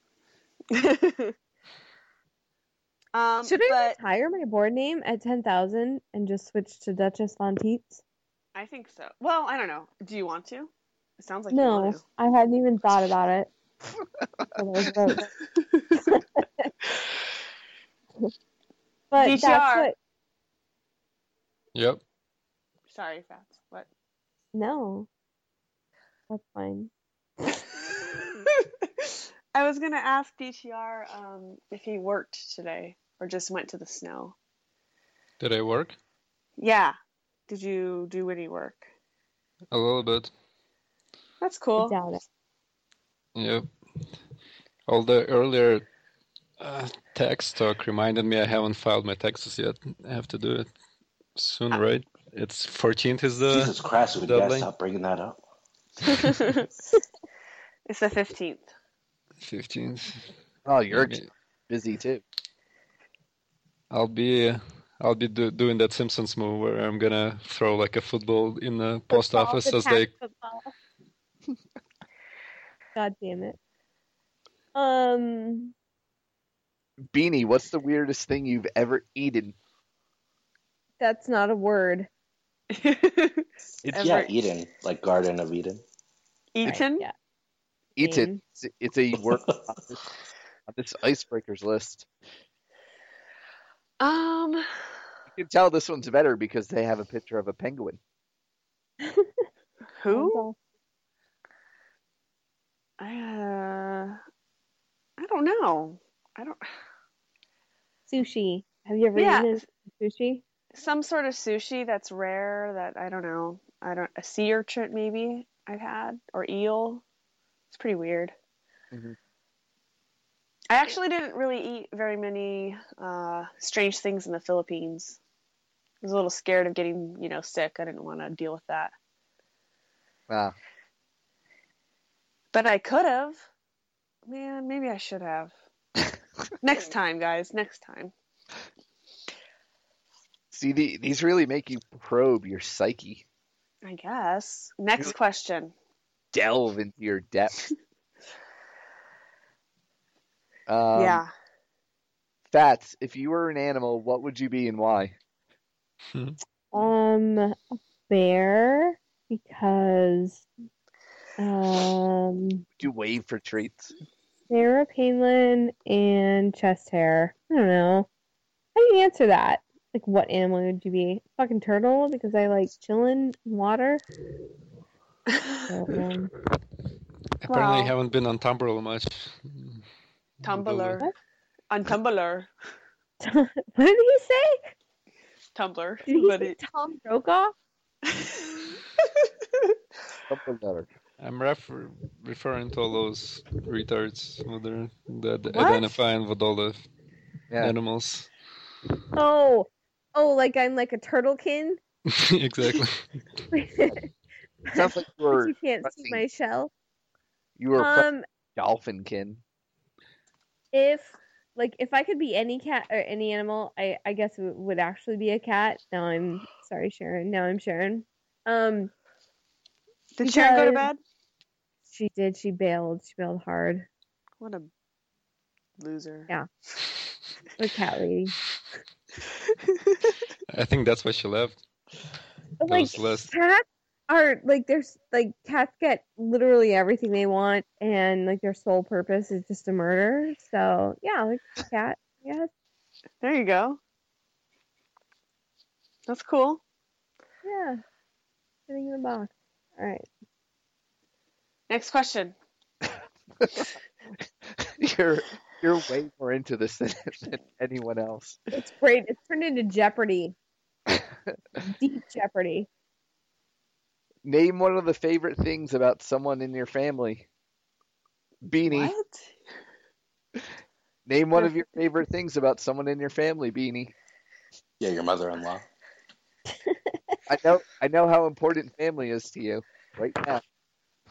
Speaker 11: um
Speaker 5: Should I
Speaker 11: but
Speaker 5: retire my board name at ten thousand and just switch to Duchess Von Teets?
Speaker 11: I think so. Well, I don't know. Do you want to? It sounds like you
Speaker 5: no,
Speaker 11: want to.
Speaker 5: I hadn't even thought about it. Until those votes. but that's
Speaker 11: VTR.
Speaker 5: what.
Speaker 3: Yep.
Speaker 11: Sorry, fats. What?
Speaker 5: No, that's fine.
Speaker 11: I was gonna ask DTR um, if he worked today or just went to the snow.
Speaker 3: Did I work?
Speaker 11: Yeah. Did you do any work?
Speaker 3: A little bit.
Speaker 11: That's
Speaker 5: I
Speaker 11: cool.
Speaker 5: doubt it.
Speaker 3: Yep. All the earlier uh, tax talk reminded me I haven't filed my taxes yet. I have to do it soon, right? It's 14th is the
Speaker 9: Jesus Christ, we gotta
Speaker 3: deadline.
Speaker 9: stop bringing that up.
Speaker 11: it's the fifteenth.
Speaker 3: 15th.
Speaker 2: Oh, you're
Speaker 3: Maybe.
Speaker 2: busy too.
Speaker 3: I'll be uh, I'll be do, doing that Simpsons move where I'm gonna throw like a football in the post
Speaker 5: Football,
Speaker 3: office
Speaker 5: the
Speaker 3: as
Speaker 5: tax
Speaker 3: they
Speaker 5: football. God damn it. Um,
Speaker 2: Beanie, what's the weirdest thing you've ever eaten?
Speaker 5: that's not a word.
Speaker 2: It's
Speaker 9: yeah,
Speaker 11: Ever-
Speaker 9: Eden, like Garden of Eden.
Speaker 11: Eaton.
Speaker 5: Yeah.
Speaker 2: eaten.
Speaker 5: Same.
Speaker 2: It's, it's a word on this, on this icebreakers list.
Speaker 11: Um.
Speaker 2: You can tell this one's better because they have a picture of a penguin.
Speaker 11: Who? I, uh, I don't know. I don't.
Speaker 5: Sushi. Have you ever
Speaker 11: Yeah.
Speaker 5: eaten sushi?
Speaker 11: Some sort of sushi that's rare. That I don't know. I don't. A sea urchin maybe I've had or eel. It's pretty weird.
Speaker 2: Mhm.
Speaker 11: I actually didn't really eat very many uh, strange things in the Philippines. I was a little scared of getting, you know, sick. I didn't want to deal with that.
Speaker 2: Wow.
Speaker 11: But I could have. Man, maybe I should have. next time, guys. Next time.
Speaker 2: See, the, these really make you probe your psyche,
Speaker 11: I guess. Next
Speaker 2: Really?
Speaker 11: question.
Speaker 2: delve into your depths. Um,
Speaker 11: yeah.
Speaker 2: Fats, if you were an animal, what would you be and why?
Speaker 5: Um, a bear because um,
Speaker 2: Would you wave for treats?
Speaker 5: Sarah Palin and chest hair. I don't know. How do you answer that? Like, what animal would you be? Fucking turtle because I like chilling in water. Um,
Speaker 3: apparently
Speaker 11: Wow.
Speaker 3: haven't been on Tumblr much.
Speaker 11: Tumblr.
Speaker 5: What?
Speaker 11: On Tumblr.
Speaker 5: what did he say?
Speaker 11: Tumblr.
Speaker 5: Did he
Speaker 11: But
Speaker 5: say
Speaker 11: it-
Speaker 5: Tom Brokaw?
Speaker 2: Something better.
Speaker 3: I'm refer- referring to all those retards who they're- that
Speaker 11: What?
Speaker 3: identifying with all the
Speaker 2: Yeah.
Speaker 3: animals.
Speaker 5: Oh, oh, like I'm like a turtlekin,
Speaker 3: exactly.
Speaker 5: but
Speaker 2: Sounds like you were
Speaker 5: you can't
Speaker 2: pressing-
Speaker 5: see my shell.
Speaker 11: Uh,
Speaker 2: you were a
Speaker 5: Um,
Speaker 2: dolphin kin.
Speaker 5: if like if I could be any cat or any animal, I I guess it would actually be a cat. Now I'm sorry, Sharon. Now I'm Sharon. Um,
Speaker 11: Did Sharon go to
Speaker 5: because
Speaker 11: bed?
Speaker 5: She did. She bailed. She bailed hard.
Speaker 11: What a loser.
Speaker 5: Yeah. The cat lady.
Speaker 3: I think that's why she left.
Speaker 5: But,
Speaker 3: That
Speaker 5: like
Speaker 3: was less.
Speaker 5: cats are like there's like cats get literally everything they want, and like their sole purpose is just to murder. So yeah, like a cat. Yes.
Speaker 11: There you go. That's cool.
Speaker 5: Yeah. Sitting in a box. All right.
Speaker 11: Next question.
Speaker 2: You're you're way more into this than, than anyone else.
Speaker 5: It's great. It's turned into Jeopardy. Deep Jeopardy.
Speaker 2: Name one of the favorite things about someone in your family. Beanie.
Speaker 11: What?
Speaker 2: Name one of your favorite things about someone in your family, Beanie.
Speaker 9: Yeah, your mother-in-law.
Speaker 2: I know I know how important family is to you right now.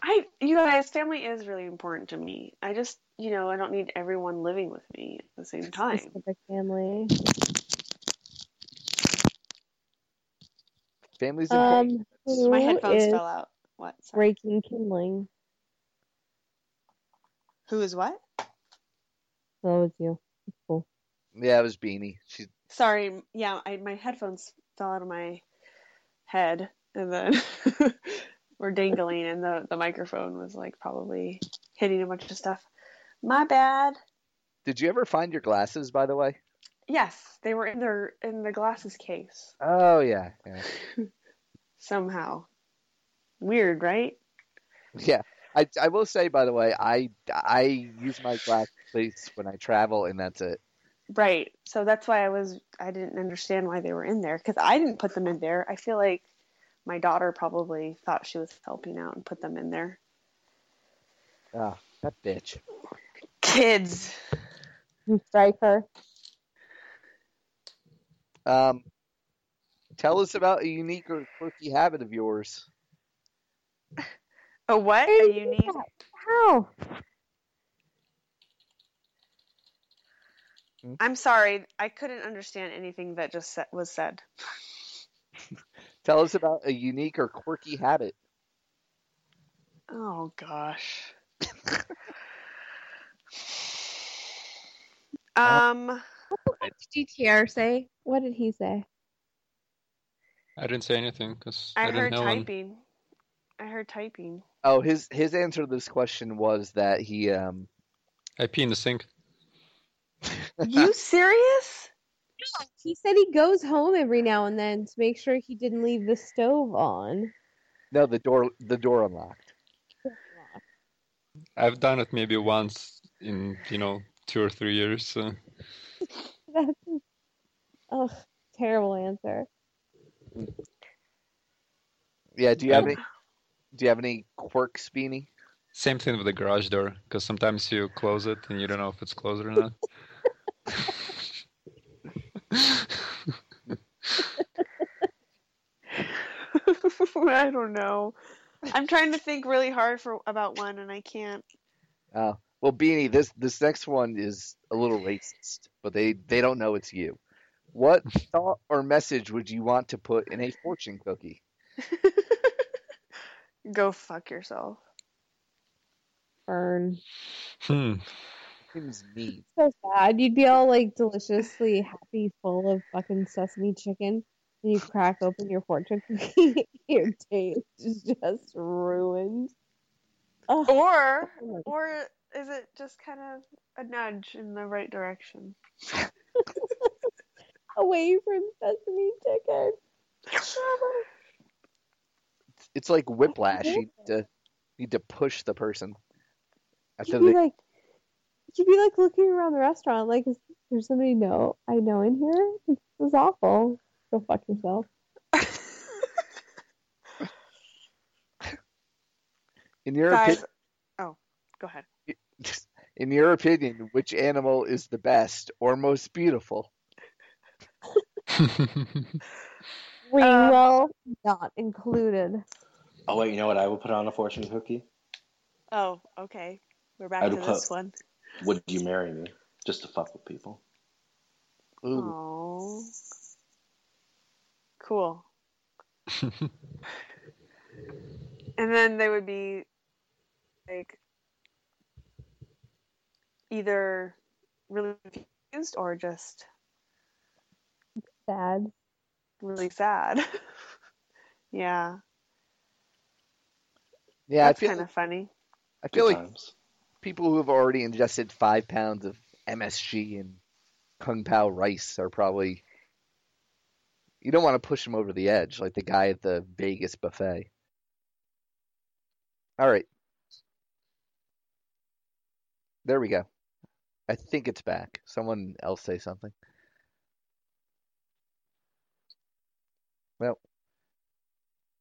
Speaker 11: I you guys, family is really important to me. I just you know, I don't need everyone living with me at the same time.
Speaker 5: Specific family.
Speaker 2: Family's important.
Speaker 5: Um,
Speaker 11: My
Speaker 5: who
Speaker 11: headphones
Speaker 5: is
Speaker 11: fell out. What? Sorry.
Speaker 5: Breaking kindling.
Speaker 11: Who is what?
Speaker 5: So it's you. It's cool.
Speaker 2: yeah, it was Beanie. She
Speaker 11: Sorry, yeah, I, my headphones fell out of my head and then were dangling, and the, the microphone was like probably hitting a bunch of stuff. My bad.
Speaker 2: did you ever find your glasses, by the way?
Speaker 11: Yes, they were in their in the glasses case
Speaker 2: Oh yeah. Yeah.
Speaker 11: somehow. Weird, right?
Speaker 2: Yeah. I, I will say by the way, I I use my glasses when I travel and that's it.
Speaker 11: Right. So that's why I was I didn't understand why they were in there because I didn't put them in there. I feel like my daughter probably thought she was helping out and put them in there.
Speaker 2: Ah, that bitch.
Speaker 11: Kids.
Speaker 5: You strike her.
Speaker 2: Um, tell us about a unique or quirky habit of yours.
Speaker 11: A what? A unique.
Speaker 5: How?
Speaker 11: I'm sorry, I couldn't understand anything that just sa- was said.
Speaker 2: Tell us about a unique or quirky habit.
Speaker 11: Oh gosh.
Speaker 5: Uh,
Speaker 11: um,
Speaker 5: GTR say? What did he say?
Speaker 3: I didn't say anything because I,
Speaker 11: I
Speaker 3: didn't
Speaker 11: heard
Speaker 3: know one.
Speaker 11: typing. I heard typing.
Speaker 2: Oh, his his answer to this question was that he um
Speaker 3: I pee in the sink.
Speaker 11: You serious?
Speaker 5: He said he goes home every now and then to make sure he didn't leave the stove on.
Speaker 2: no the door the door unlocked.
Speaker 3: I've done it maybe once in you know two or three years. So.
Speaker 5: That's oh, terrible answer.
Speaker 2: Yeah. Do you have
Speaker 3: Yeah.
Speaker 2: any? Do you have any quirks, Beanie?
Speaker 3: Same thing with the garage door because sometimes you close it and you don't know if it's closed or not.
Speaker 11: I don't know. I'm trying to think really hard for about one, and I can't.
Speaker 2: Oh, well, Beanie, this this next one is a little racist, but they they don't know it's you. What thought or message would you want to put in a fortune cookie?
Speaker 11: Go fuck yourself.
Speaker 5: Burn.
Speaker 3: Hmm.
Speaker 2: Seems mean.
Speaker 5: So sad. You'd be all like deliciously happy, full of fucking sesame chicken, and you crack open your fortune cookie. your day is just ruined. Oh,
Speaker 11: Or, or is it just kind of a nudge in the right direction?
Speaker 5: away from sesame chicken.
Speaker 2: It's like whiplash. You need to need to push the person. After
Speaker 5: You'd be
Speaker 2: they,
Speaker 5: like, you'd be like looking around the restaurant, like, is there somebody no I know in here? This is awful. Go fuck yourself.
Speaker 2: in your opinion,
Speaker 11: Guys, oh, go ahead.
Speaker 2: In your opinion, which animal is the best or most beautiful?
Speaker 11: Um,
Speaker 5: Ringwell not included.
Speaker 9: Oh wait, you know what? I would put on a fortune cookie.
Speaker 11: Oh, okay. We're back
Speaker 9: I'd
Speaker 11: to
Speaker 9: put-
Speaker 11: this one.
Speaker 9: Would you marry me? just to fuck with people.
Speaker 11: Oh. Cool. and then they would be like either really confused or just
Speaker 5: Sad.
Speaker 11: really sad. yeah.
Speaker 2: Yeah, I
Speaker 11: That's
Speaker 2: feel
Speaker 11: kind of funny.
Speaker 2: I feel like people who have already ingested five pounds of MSG and Kung Pao rice are probably. You don't want to push them over the edge, like the guy at the Vegas buffet. All right. There we go. I think it's back. Someone else say something. Well,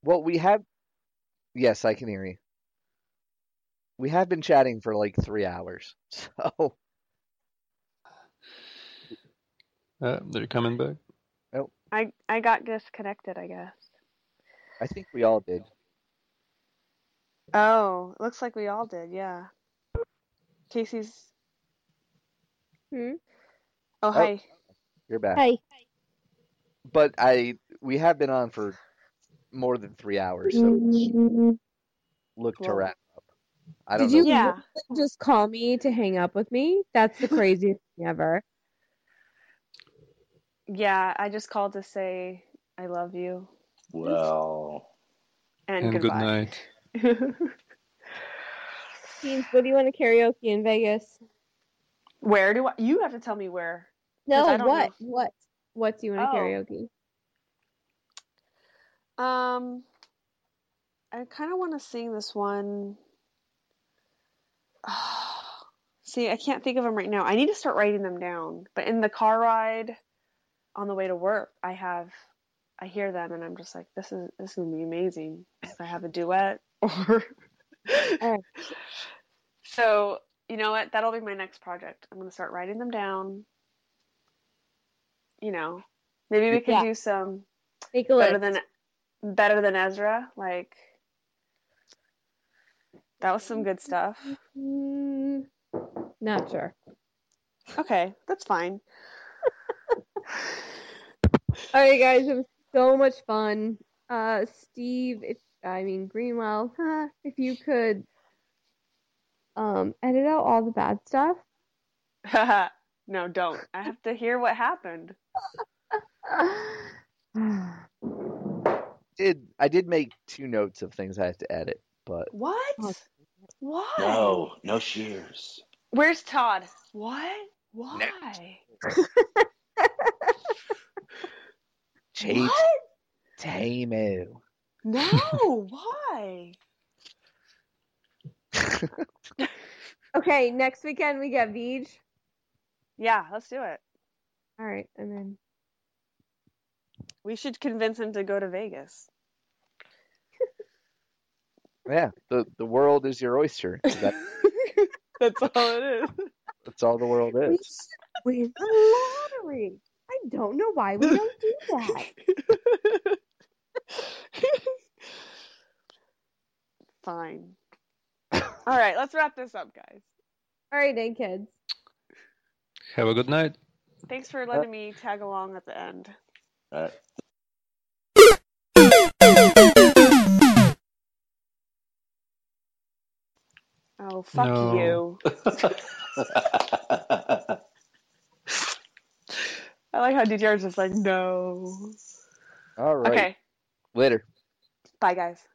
Speaker 2: well, we have. Yes, I can hear you. We have been chatting for like three hours, so
Speaker 3: Uh, they're coming back.
Speaker 11: I I got disconnected, I guess.
Speaker 2: I think we all did.
Speaker 11: Oh, it looks like we all did. Yeah. Casey's.
Speaker 5: Hmm?
Speaker 11: Oh, hi.
Speaker 2: You're back.
Speaker 5: Hi.
Speaker 2: But I we have been on for more than three hours, so look to
Speaker 5: Well.
Speaker 2: wrap up. I don't
Speaker 5: Mm-hmm. Did
Speaker 2: know.
Speaker 5: you
Speaker 11: Yeah.
Speaker 5: literally just call me to hang up with me? That's the craziest thing ever.
Speaker 11: Yeah, I just called to say I love you
Speaker 9: Well,
Speaker 11: and,
Speaker 3: And good
Speaker 11: goodbye.
Speaker 3: night.
Speaker 5: Teens, what do you want to karaoke in Vegas?
Speaker 11: where do I? You have to tell me where.
Speaker 5: No,
Speaker 11: 'Cause I don't
Speaker 5: what? What? What do you want to
Speaker 11: Oh.
Speaker 5: karaoke?
Speaker 11: Um, I kind of want to sing this one. See, I can't think of them right now. I need to start writing them down. But in the car ride on the way to work, I have I hear them and I'm just like, this is this is gonna be amazing. If I have a duet or
Speaker 5: Alright.
Speaker 11: so you know what? That'll be my next project. I'm gonna start writing them down. You know. Maybe we could
Speaker 5: Yeah.
Speaker 11: do some
Speaker 5: Make a
Speaker 11: better
Speaker 5: list.
Speaker 11: than better than Ezra. Like that was some good stuff.
Speaker 5: Mm, not sure.
Speaker 11: Okay, that's fine.
Speaker 5: All right, guys, it was so much fun. Uh, Steve, if I mean Greenwell, huh, if you could um edit out all the bad stuff.
Speaker 11: no, don't. I have to hear what happened.
Speaker 2: did I did make two notes of things I have to edit, but
Speaker 11: What?
Speaker 5: Oh.
Speaker 11: Why?
Speaker 9: no, no shears.
Speaker 11: Where's Todd? What? Why?
Speaker 2: Jade
Speaker 11: What?
Speaker 2: Tamu.
Speaker 11: No, why?
Speaker 5: okay, next weekend we get Veej.
Speaker 11: Yeah, let's do it.
Speaker 5: All right, and then
Speaker 11: We should convince him to go to Vegas.
Speaker 2: Yeah, the the world is your oyster. That,
Speaker 11: That's all it is.
Speaker 2: that's all the world
Speaker 5: we
Speaker 2: is.
Speaker 5: should win the lottery. I don't know why we don't do that.
Speaker 11: Fine. All right, let's wrap this up, guys.
Speaker 5: All right, then, kids.
Speaker 3: Have a good night.
Speaker 11: Thanks for letting me tag along at the end.
Speaker 9: All right.
Speaker 11: Oh, fuck
Speaker 3: No.
Speaker 11: you. I like how DDR is just like, no.
Speaker 2: All right.
Speaker 11: Okay,
Speaker 2: Later.
Speaker 11: bye, guys.
Speaker 8: "Uh-huh,